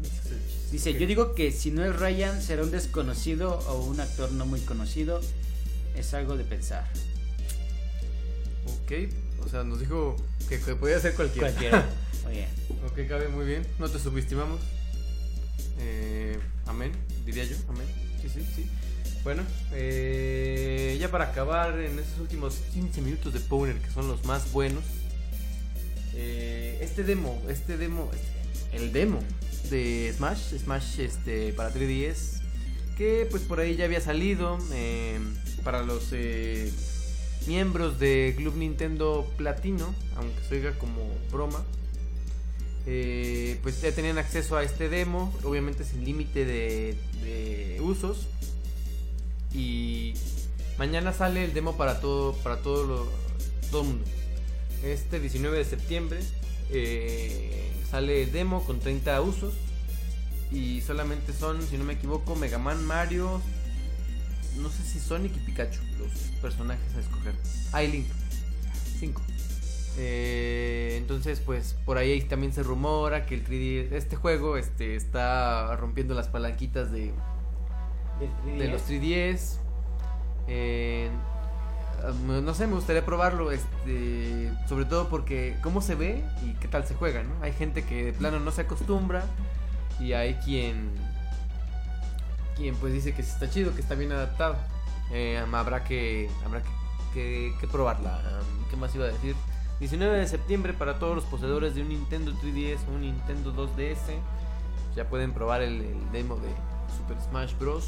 Speaker 3: Mr. Search.
Speaker 4: Dice,
Speaker 3: Ok.
Speaker 4: yo digo que si no es Ryan, será un desconocido o un actor no muy conocido. Es algo de pensar.
Speaker 3: Ok, o sea, nos dijo que, que podía ser cualquiera.
Speaker 4: Cualquiera. Muy bien.
Speaker 3: Ok, cabe muy bien. No te subestimamos. Eh, Amén. diría yo.
Speaker 5: Amén.
Speaker 3: Sí, sí, sí. Bueno, eh, ya para acabar en estos últimos 15 minutos de Powner, que son los más buenos. eh, este demo, este demo, el demo de Smash, Smash este, para 3DS, que pues por ahí ya había salido eh, para los eh, miembros de Club Nintendo Platino, aunque se oiga como broma. Eh, pues ya tenían acceso a este demo, obviamente sin límite de, de usos. Y mañana sale el demo para todo, para todo lo, todo el mundo. Este 19 de septiembre eh, sale el demo con 30 usos. Y solamente son, si no me equivoco, Mega Man, Mario, no sé si Sonic y Pikachu, los personajes a escoger. Ah, y Link. 5. entonces, pues por ahí también se rumora que el 3D, este juego este, está rompiendo las palanquitas de, de
Speaker 4: Este,
Speaker 3: los 3DS. Eh, no sé, me gustaría probarlo, este, sobre todo porque cómo se ve y qué tal se juega, ¿no? Hay gente que de plano no se acostumbra y hay quien, quien pues dice que sí está chido, que está bien adaptado. Eh, habrá que, habrá que, que- que probarla. Um, ¿Qué más iba a decir? 19 de septiembre para todos los poseedores de un Nintendo 3DS o un Nintendo 2DS. Ya pueden probar el, el demo de Super Smash Bros.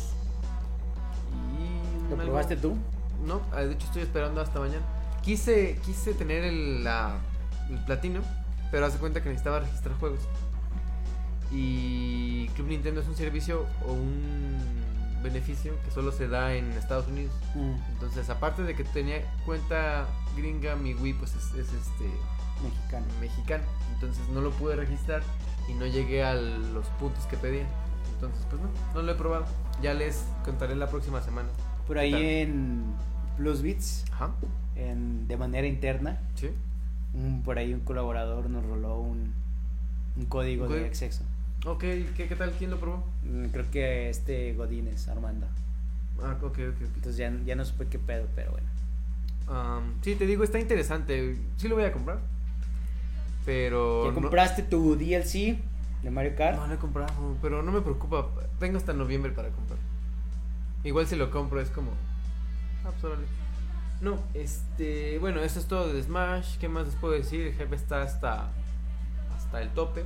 Speaker 3: Y
Speaker 4: ¿Lo
Speaker 3: algo-
Speaker 4: probaste tú?
Speaker 3: no, ah, de hecho estoy esperando hasta mañana. Quise, quise tener el, la- el platino, pero hace cuenta que necesitaba registrar juegos. Y Club Nintendo es un servicio o un beneficio que solo se da en Estados Unidos.
Speaker 4: Mm,
Speaker 3: Entonces, aparte de que tenía cuenta gringa, mi Wii pues es, es, este
Speaker 4: Mexicano.
Speaker 3: mexicano. Entonces no lo pude registrar y no llegué a los puntos que pedía. Entonces, pues no, no lo he probado. Ya les contaré la próxima semana.
Speaker 4: Por ahí
Speaker 3: Tal.
Speaker 4: en Plus Beats,
Speaker 3: Ajá.
Speaker 4: en- de manera interna,
Speaker 3: Sí.
Speaker 4: un, por ahí un colaborador nos roló un, un código
Speaker 3: ¿Un
Speaker 4: de
Speaker 3: código?
Speaker 4: acceso.
Speaker 3: Ok, ¿qué, qué tal? ¿Quién lo probó?
Speaker 4: Mm, Creo que este Godínez, Armando.
Speaker 3: Ah, ok, ok, ok.
Speaker 4: Entonces ya, ya no supe qué pedo, pero bueno.
Speaker 3: Am, sí, te digo, está interesante. Sí lo voy a comprar. Pero.
Speaker 4: ¿Ya compraste tu DLC de Mario
Speaker 3: Oh, No,
Speaker 4: Kart?
Speaker 3: no, no he comprado. Pero no me preocupa. Tengo hasta noviembre para comprar. Igual si lo compro es como. Ah, pues órale. No, este. Bueno, eso es todo de Smash. ¿Qué más les puedo decir? El jefe está hasta. hasta el tope.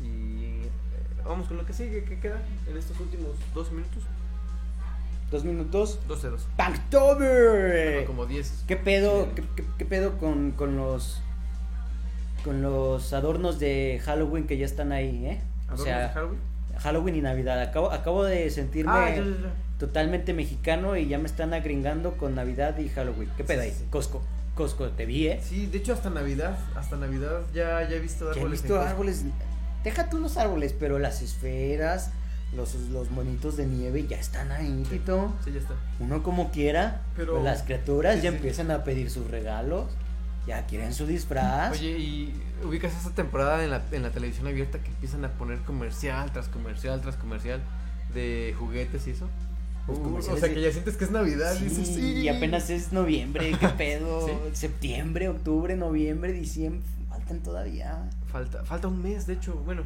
Speaker 3: Y. eh, Vamos con lo que sigue, que queda en estos últimos dos minutos.
Speaker 4: Dos minutos.
Speaker 3: 12-2.
Speaker 4: ¡Panktober!
Speaker 3: como 10.
Speaker 4: Eh, ¿Qué pedo, qué, qué- qué pedo con, con los con los adornos de Halloween que ya están ahí, eh? O
Speaker 3: ¿Adornos de
Speaker 4: sea,
Speaker 3: Halloween?
Speaker 4: Halloween y Navidad. Acabo, acabo de sentirme
Speaker 3: Ah, ya, ya, ya.
Speaker 4: totalmente mexicano y ya me están agringando con Navidad y Halloween. ¿Qué pedo
Speaker 3: Sí,
Speaker 4: ahí?
Speaker 3: sí.
Speaker 4: Costco. Costco, te vi, ¿eh?
Speaker 3: Sí, de hecho hasta Navidad, hasta Navidad ya, ya he visto
Speaker 4: Ya he
Speaker 3: árboles. en
Speaker 4: visto
Speaker 3: Costco.
Speaker 4: árboles. Deja tú los árboles, pero las esferas, los, los monitos de nieve ya están ahí, Tito.
Speaker 3: Sí, ya está.
Speaker 4: Uno como quiera,
Speaker 3: Pero-
Speaker 4: pues las criaturas
Speaker 3: Sí,
Speaker 4: ya
Speaker 3: sí.
Speaker 4: empiezan a pedir sus regalos, ya quieren su disfraz.
Speaker 3: Oye, ¿y ubicas esta temporada en la, en la televisión abierta que empiezan a poner comercial tras comercial tras comercial de juguetes y eso?
Speaker 4: Los
Speaker 3: Uh, o
Speaker 4: comerciales
Speaker 3: sea
Speaker 4: de-
Speaker 3: que ya sientes que es Navidad.
Speaker 4: Sí,
Speaker 3: dices, sí.
Speaker 4: Y apenas es noviembre, qué pedo.
Speaker 3: Sí.
Speaker 4: Septiembre, octubre, noviembre, diciembre, faltan todavía.
Speaker 3: Falta, falta un mes, de hecho, bueno,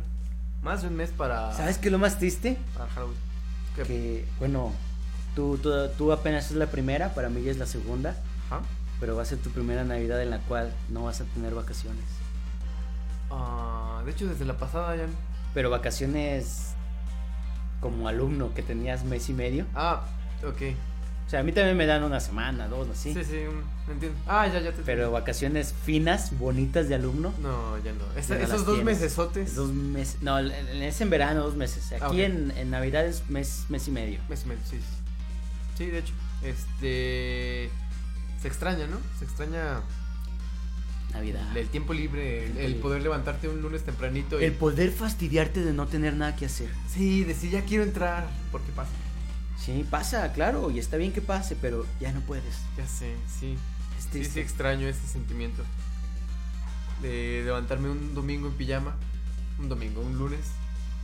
Speaker 3: más de un mes para,
Speaker 4: ¿Sabes qué es lo más triste?
Speaker 3: para Halloween. ¿Qué?
Speaker 4: Que, bueno, tú, tú, tú apenas es la primera, para mí ya es la segunda,
Speaker 3: Ajá.
Speaker 4: pero va a ser tu primera Navidad en la cual no vas a tener vacaciones.
Speaker 3: Ah, de hecho, desde la pasada ya... no.
Speaker 4: Pero vacaciones como alumno que tenías mes y medio.
Speaker 3: Ah, ok.
Speaker 4: O sea, a mí también me dan una semana, dos, así.
Speaker 3: Sí, sí, mm, entiendo. Ah, ya, ya te
Speaker 4: Pero vacaciones finas, bonitas de alumno.
Speaker 3: No, ya no. Esa-
Speaker 4: Ya no
Speaker 3: esos
Speaker 4: las
Speaker 3: dos
Speaker 4: tienes.
Speaker 3: mesesotes.
Speaker 4: Dos meses. No, el- el- es en verano, dos meses. Aquí
Speaker 3: Pues Ah, ok.
Speaker 4: en, en Navidad es mes, mes y medio.
Speaker 3: Mes y medio, sí, sí. Sí, de hecho. Este. Se extraña, ¿no? Se extraña
Speaker 4: Navidad.
Speaker 3: el, el tiempo libre, el,
Speaker 4: tiempo
Speaker 3: el
Speaker 4: libre.
Speaker 3: poder levantarte un lunes tempranito y.
Speaker 4: El poder fastidiarte de no tener nada que hacer.
Speaker 3: Sí, decir ya quiero entrar. Porque pasa.
Speaker 4: Sí, pasa, claro, y está bien que pase, pero ya no puedes.
Speaker 3: Ya sé, sí.
Speaker 4: Es
Speaker 3: Sí, sí,
Speaker 4: triste.
Speaker 3: extraño ese sentimiento. De levantarme un domingo en pijama. Un domingo, un lunes.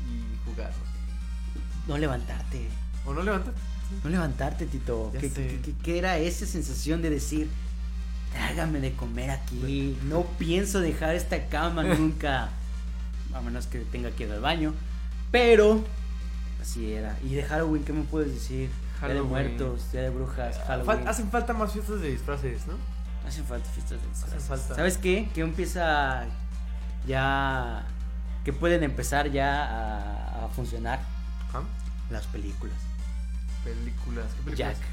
Speaker 3: Y jugar.
Speaker 4: No levantarte.
Speaker 3: O no levantarte.
Speaker 4: No levantarte, Tito.
Speaker 3: Ya
Speaker 4: ¿Qué,
Speaker 3: sé.
Speaker 4: qué- qué- qué era esa sensación de decir, trágame de comer aquí? No pienso dejar esta cama nunca. A menos que tenga que ir al baño. Pero Así era. ¿Y de Halloween qué me puedes decir?
Speaker 3: Halloween.
Speaker 4: Día de muertos, día de brujas, Halloween.
Speaker 3: Fal- hacen falta más fiestas de disfraces, ¿no?
Speaker 4: Hacen falta fiestas de disfraces.
Speaker 3: Hacen falta.
Speaker 4: ¿Sabes qué? Que empieza ya. Que pueden empezar ya a, a funcionar
Speaker 3: Ajá.
Speaker 4: las películas.
Speaker 3: Películas. ¿Qué películas?
Speaker 4: Jack.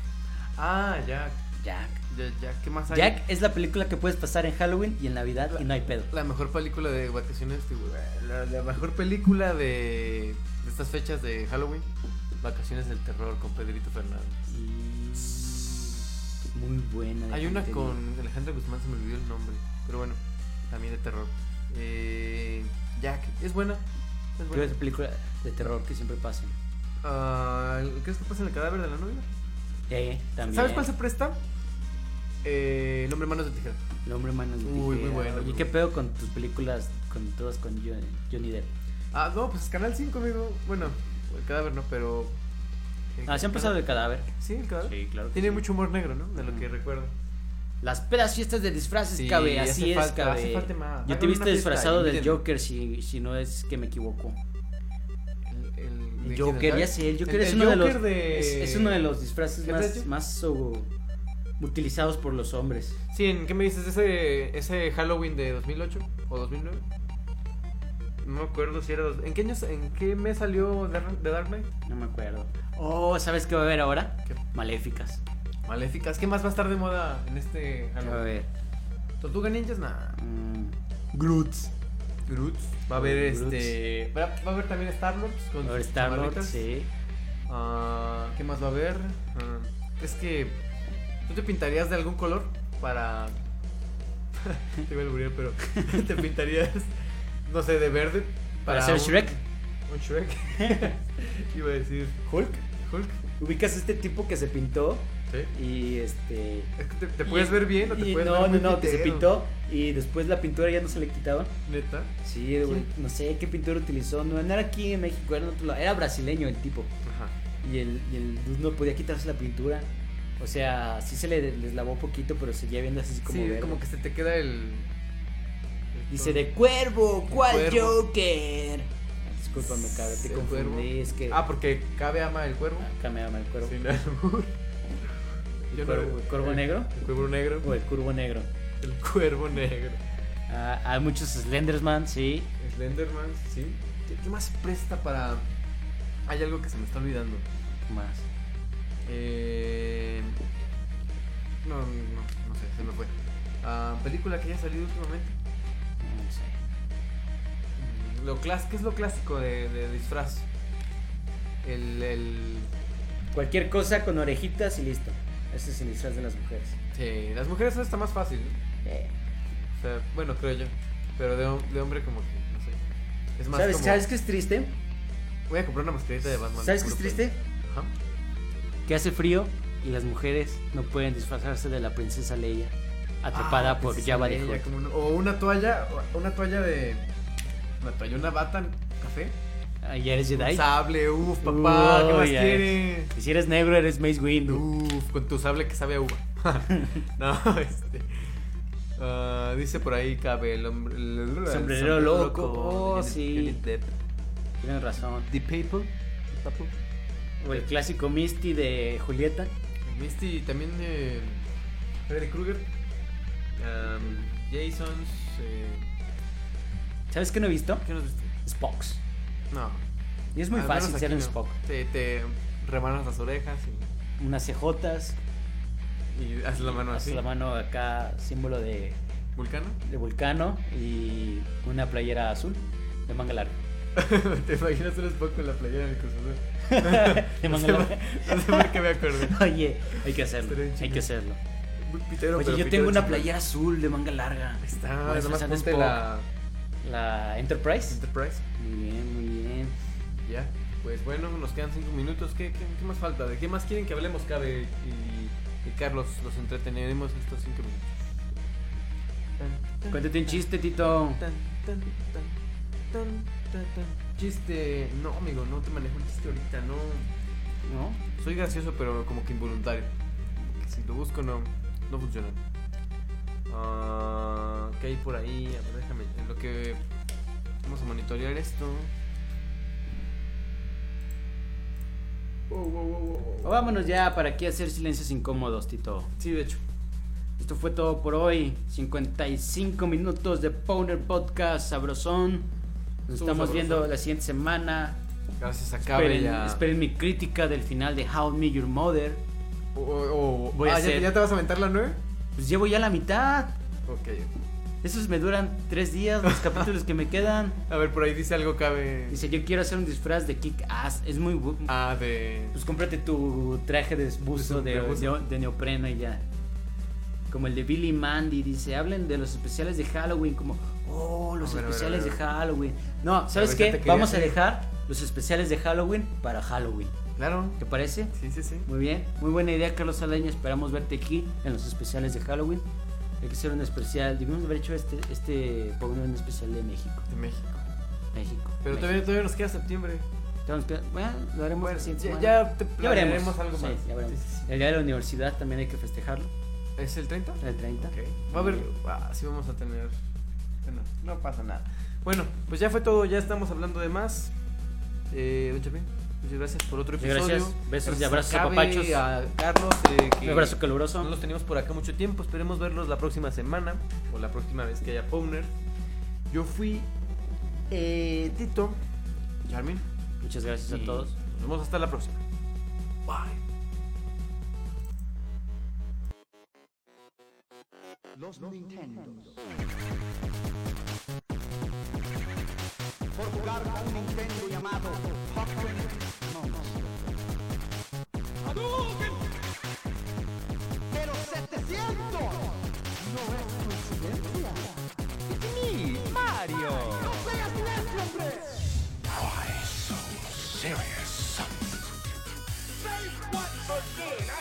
Speaker 3: Ah, Jack.
Speaker 4: Jack.
Speaker 3: Jack, Jack. ¿Qué más hay?
Speaker 4: Jack es la película que puedes pasar en Halloween y en Navidad y no hay pedo.
Speaker 3: La mejor película de vacaciones, de- la, la mejor película de, de estas fechas de Halloween, Vacaciones del Terror con Pedrito Fernández.
Speaker 4: Muy buena.
Speaker 3: Mm. Hay
Speaker 4: déjame
Speaker 3: una
Speaker 4: te digo.
Speaker 3: con Alejandra Guzmán, se me olvidó el nombre, pero bueno, también de terror. Eh, Jack, es buena. Es
Speaker 4: Creo que
Speaker 3: buena.
Speaker 4: es película de terror que siempre pasan.
Speaker 3: Ah, ¿Crees que pasa en el cadáver de la novia?
Speaker 4: Eh, también.
Speaker 3: ¿Sabes cuál se presta? Eh, el hombre manos de tijera.
Speaker 4: El hombre humano de
Speaker 3: Uy,
Speaker 4: tijera.
Speaker 3: muy bueno,
Speaker 4: Oye,
Speaker 3: muy
Speaker 4: ¿qué
Speaker 3: bueno.
Speaker 4: pedo con tus películas, con todas con Johnny, Johnny Depp?
Speaker 3: Ah, no, pues Canal 5, amigo. Bueno, el cadáver no, pero. el
Speaker 4: Ah, se han pasado el cadáver.
Speaker 3: cadáver- Sí, el cadáver.
Speaker 4: claro. que
Speaker 3: Tiene
Speaker 4: sí.
Speaker 3: mucho humor negro, ¿no? De lo que
Speaker 4: Ujú.
Speaker 3: recuerdo.
Speaker 4: Las pedas fiestas de disfraces,
Speaker 3: Sí,
Speaker 4: cabe.
Speaker 3: hace
Speaker 4: Así es,
Speaker 3: falta-
Speaker 4: cabe.
Speaker 3: hace falta
Speaker 4: Yo te
Speaker 3: más. Hagan Ah, una
Speaker 4: viste
Speaker 3: fiesta,
Speaker 4: disfrazado del
Speaker 3: invítenme.
Speaker 4: Joker, si, si no es que me equivoco.
Speaker 3: El,
Speaker 4: El
Speaker 3: ¿de quién
Speaker 4: Joker,
Speaker 3: es?
Speaker 4: ya sé, el Joker
Speaker 3: El-
Speaker 4: es
Speaker 3: el
Speaker 4: uno de
Speaker 3: Joker
Speaker 4: los.
Speaker 3: de-
Speaker 4: Es, es uno de los disfraces
Speaker 3: ¿Heath
Speaker 4: más,
Speaker 3: Ledger?
Speaker 4: más oh, utilizados por los hombres.
Speaker 3: Sí, ¿en qué me dices? ¿Ese, ese Halloween de 2008 o 2009? No me acuerdo si era. Dos... ¿En, qué años, ¿En qué mes salió de, de Dark Knight?
Speaker 4: No me acuerdo. Oh, ¿sabes qué va a haber ahora?
Speaker 3: ¿Qué?
Speaker 4: Maléficas.
Speaker 3: Maléficas. ¿Qué más va a estar de moda en este
Speaker 4: ¿Qué va a
Speaker 3: Halloween?
Speaker 4: haber?
Speaker 3: Tortuga Ninjas, nada.
Speaker 4: Mm,
Speaker 3: Groots. Groots. Va a haber
Speaker 4: Groots.
Speaker 3: este. Va, va a haber también Star Lords con
Speaker 4: va a haber
Speaker 3: sus
Speaker 4: Star-Lord,
Speaker 3: chamarritas.
Speaker 4: sí.
Speaker 3: Ah, ¿Qué más va a haber? Ah, es que. ¿Tú te pintarías de algún color para.? te iba a alburear, pero. ¿Te pintarías, no sé, de verde?
Speaker 4: Para hacer
Speaker 3: un-
Speaker 4: Shrek.
Speaker 3: Un Shrek. iba a decir.
Speaker 4: Hulk.
Speaker 3: Hulk.
Speaker 4: Ubicas este tipo que se pintó
Speaker 3: Sí.
Speaker 4: y este.
Speaker 3: Es que te, te
Speaker 4: y-
Speaker 3: puedes ver bien o te
Speaker 4: y-
Speaker 3: puedes
Speaker 4: No,
Speaker 3: ver
Speaker 4: no,
Speaker 3: muy
Speaker 4: no, que se
Speaker 3: pitero.
Speaker 4: pintó y después la pintura ya no se le quitaba.
Speaker 3: Neta.
Speaker 4: Sí, güey, no sé qué pintura utilizó. No, no era aquí en México, era en otro lado. Era brasileño el tipo.
Speaker 3: Ajá.
Speaker 4: Y el, y el dude no podía quitarse la pintura. O sea, sí se le deslavó poquito, pero seguía viendo así como
Speaker 3: sí,
Speaker 4: verde.
Speaker 3: como que se te queda el. el
Speaker 4: Dice
Speaker 3: tono.
Speaker 4: de cuervo, ¿cuál
Speaker 3: Cuervo.
Speaker 4: Joker? Discúlpame, cabrón, te
Speaker 3: El
Speaker 4: confundí.
Speaker 3: cuervo.
Speaker 4: Es que.
Speaker 3: Ah, porque Cabe ama el cuervo.
Speaker 4: acá me llama el cuervo.
Speaker 3: Sin albur.
Speaker 4: ¿El
Speaker 3: Yo no-
Speaker 4: cuervo, el cuervo negro?
Speaker 3: El cuervo negro.
Speaker 4: O el curvo negro.
Speaker 3: El cuervo negro.
Speaker 4: Ah, hay muchos Slenderman, sí.
Speaker 3: Slenderman, sí. ¿Qué, qué más se presta para.? Hay algo que se me está olvidando.
Speaker 4: Más.
Speaker 3: Eh... No, no, no sé, se me fue. Ah, película que haya salido últimamente.
Speaker 4: No sé.
Speaker 3: Mm, Lo clas- ¿Qué es lo clásico de, de disfraz? El, el.
Speaker 4: Cualquier cosa con orejitas y listo. Ese es el disfraz de las mujeres.
Speaker 3: Sí, las mujeres eso está más fácil, ¿no?
Speaker 4: Eh,
Speaker 3: O sea, bueno, creo yo. Pero de, hom- de hombre, como que, no sé. Es más,
Speaker 4: ¿Sabes,
Speaker 3: como-
Speaker 4: ¿Sabes qué es triste?
Speaker 3: voy a comprar una mascarita de Batman.
Speaker 4: ¿Sabes qué
Speaker 3: puro
Speaker 4: es triste?
Speaker 3: pedo. Ajá.
Speaker 4: Que hace frío y las mujeres no pueden disfrazarse de la princesa Leia, atrapada
Speaker 3: Ah,
Speaker 4: por
Speaker 3: sí,
Speaker 4: Java
Speaker 3: ella,
Speaker 4: de Hutt.
Speaker 3: como una- O una toalla, o una toalla de. Una toalla, una bata, café.
Speaker 4: Ah, ¿Ya eres
Speaker 3: Un
Speaker 4: Jedi?
Speaker 3: sable, uff, papá, ¿qué
Speaker 4: Uy,
Speaker 3: más
Speaker 4: ya
Speaker 3: quieres?
Speaker 4: Y si eres negro, eres Mace Windu.
Speaker 3: Uff, con tu sable que sabe a uva. no, este. ah, dice por ahí cabe el hombre. el- el
Speaker 4: Sombrero loco. Oh,
Speaker 3: Johnny-
Speaker 4: sí.
Speaker 3: Johnny Depp.
Speaker 4: Tienes razón.
Speaker 3: The People.
Speaker 4: O el clásico Misty de Julieta.
Speaker 3: Misty Este, también. Eh, Freddy Krueger. Um, Jasons. Eh,
Speaker 4: ¿Sabes qué no he visto?
Speaker 3: ¿Qué nos viste?
Speaker 4: Spocks.
Speaker 3: No.
Speaker 4: Y es muy
Speaker 3: al
Speaker 4: fácil
Speaker 3: menos
Speaker 4: ser
Speaker 3: aquí
Speaker 4: un
Speaker 3: no.
Speaker 4: Spock.
Speaker 3: Te, te remanas las orejas
Speaker 4: Unas cejotas,
Speaker 3: y, y haces la mano así.
Speaker 4: haces la mano acá, símbolo de,
Speaker 3: ¿Vulcano?
Speaker 4: de vulcano y una playera azul de manga larga.
Speaker 3: ¿Te imaginas un Spock con la playera del Cruz Azul?
Speaker 4: de
Speaker 3: No
Speaker 4: manga
Speaker 3: sé, por-
Speaker 4: larga.
Speaker 3: no sé por qué me acuerdo.
Speaker 4: Oye, hay que hacerlo,
Speaker 3: Estaría
Speaker 4: hay
Speaker 3: chido.
Speaker 4: que hacerlo.
Speaker 3: Pitero,
Speaker 4: Oye,
Speaker 3: pero
Speaker 4: yo
Speaker 3: pitero
Speaker 4: tengo una
Speaker 3: chingón.
Speaker 4: playera azul de manga larga.
Speaker 3: Ahí Está,
Speaker 4: Voy a
Speaker 3: nada más
Speaker 4: disfrazar de
Speaker 3: ponte
Speaker 4: Spock.
Speaker 3: la
Speaker 4: La Enterprise.
Speaker 3: Enterprise.
Speaker 4: Muy bien, muy bien.
Speaker 3: Ya. Pues bueno, nos quedan cinco minutos. ¿Qué, qué, qué más falta? ¿De qué más quieren que hablemos, Cabe y, y Carlos? Los entretenemos estos cinco minutos.
Speaker 4: Cuéntate un chiste, Tito.
Speaker 3: Tan, tan, tan, tan, tan, tan. Chiste. No, amigo, no te manejo el chiste ahorita, no.
Speaker 4: ¿No?
Speaker 3: Soy gracioso, pero como que involuntario. Si lo busco, no, no funciona. Ah, ¿Qué hay por ahí? A ver, déjame. En lo que. Vamos a monitorear esto.
Speaker 4: O vámonos ya para aquí a hacer silencios incómodos, Tito.
Speaker 5: Sí, de hecho.
Speaker 4: Esto fue todo por hoy. 55 minutos de Powder Podcast Sabrosón. Nos
Speaker 3: Estuvo
Speaker 4: estamos
Speaker 3: sabroso.
Speaker 4: viendo la siguiente semana.
Speaker 3: Gracias a Cabe
Speaker 4: Esperen,
Speaker 3: ya.
Speaker 4: esperen mi crítica del final de How I Met Your Mother.
Speaker 3: O- o- o-
Speaker 4: Voy a
Speaker 3: ah, ¿ya-
Speaker 4: hacer-
Speaker 3: ¿ya, te vas a aventar la 9?
Speaker 4: Pues llevo ya la mitad.
Speaker 3: Ok.
Speaker 4: Esos me duran tres días, los capítulos que me quedan.
Speaker 3: A ver, por ahí dice algo Cabe.
Speaker 4: Dice, yo quiero hacer un disfraz de kick ass. Es muy bu-
Speaker 3: Ah, de.
Speaker 4: Pues cómprate tu traje de buzo de,
Speaker 3: De buzo.
Speaker 4: Pues, de- de neopreno y ya. Como el de Billy Mandy, dice, hablen de los especiales de Halloween, como, oh, los
Speaker 3: A ver, a ver,
Speaker 4: especiales
Speaker 3: a ver,
Speaker 4: de
Speaker 3: a ver.
Speaker 4: Halloween. No, ¿sabes
Speaker 3: ver, ya
Speaker 4: qué?
Speaker 3: te quería
Speaker 4: Vamos a
Speaker 3: hacer.
Speaker 4: dejar los especiales de Halloween para Halloween.
Speaker 3: Claro.
Speaker 4: ¿Te parece?
Speaker 3: Sí, sí, sí.
Speaker 4: Muy bien, muy buena idea, Carlos Aleña. Esperamos verte aquí en los especiales de Halloween. Hay que hacer un especial. Debimos haber hecho este, este programa en especial de México.
Speaker 3: De México.
Speaker 4: México.
Speaker 3: Pero
Speaker 4: México.
Speaker 3: todavía, todavía nos queda septiembre.
Speaker 4: Tenemos que- Bueno, lo haremos
Speaker 3: Bueno,
Speaker 4: la siguiente
Speaker 3: ya,
Speaker 4: semana.
Speaker 3: ya te
Speaker 4: Ya veremos.
Speaker 3: planearemos algo
Speaker 4: Sí,
Speaker 3: más.
Speaker 4: ya veremos.
Speaker 3: Sí, sí,
Speaker 4: El día de la universidad también hay que festejarlo,
Speaker 3: sí. ¿Es el 30?
Speaker 4: el 30.
Speaker 3: Ok. Va a haber. Ah, sí, vamos a tener. Bueno, no pasa nada. Bueno, pues ya fue todo. Ya estamos hablando de más. Eh, Benjamín, muchas gracias por otro
Speaker 4: Muchas
Speaker 3: episodio.
Speaker 4: gracias. Besos y
Speaker 3: a
Speaker 4: abrazos a
Speaker 3: Cabe,
Speaker 4: papachos.
Speaker 3: A Carlos. eh, que
Speaker 4: Un abrazo
Speaker 3: No
Speaker 4: caluroso.
Speaker 3: los teníamos por acá mucho tiempo. Esperemos verlos la próxima semana o la próxima vez que haya Powner. Yo fui eh, Tito, Charmin.
Speaker 4: Muchas gracias a
Speaker 3: y
Speaker 4: todos.
Speaker 3: Nos vemos hasta la próxima. Bye.
Speaker 1: Los Nintendo. Por jugar a un Nintendo llamado Pokémon Monster. ¡Hadouken! ¡Pero 700! No es coincidencia.
Speaker 2: Me, Mario.
Speaker 1: ¡No seas necio, hombre!
Speaker 7: Say what again? I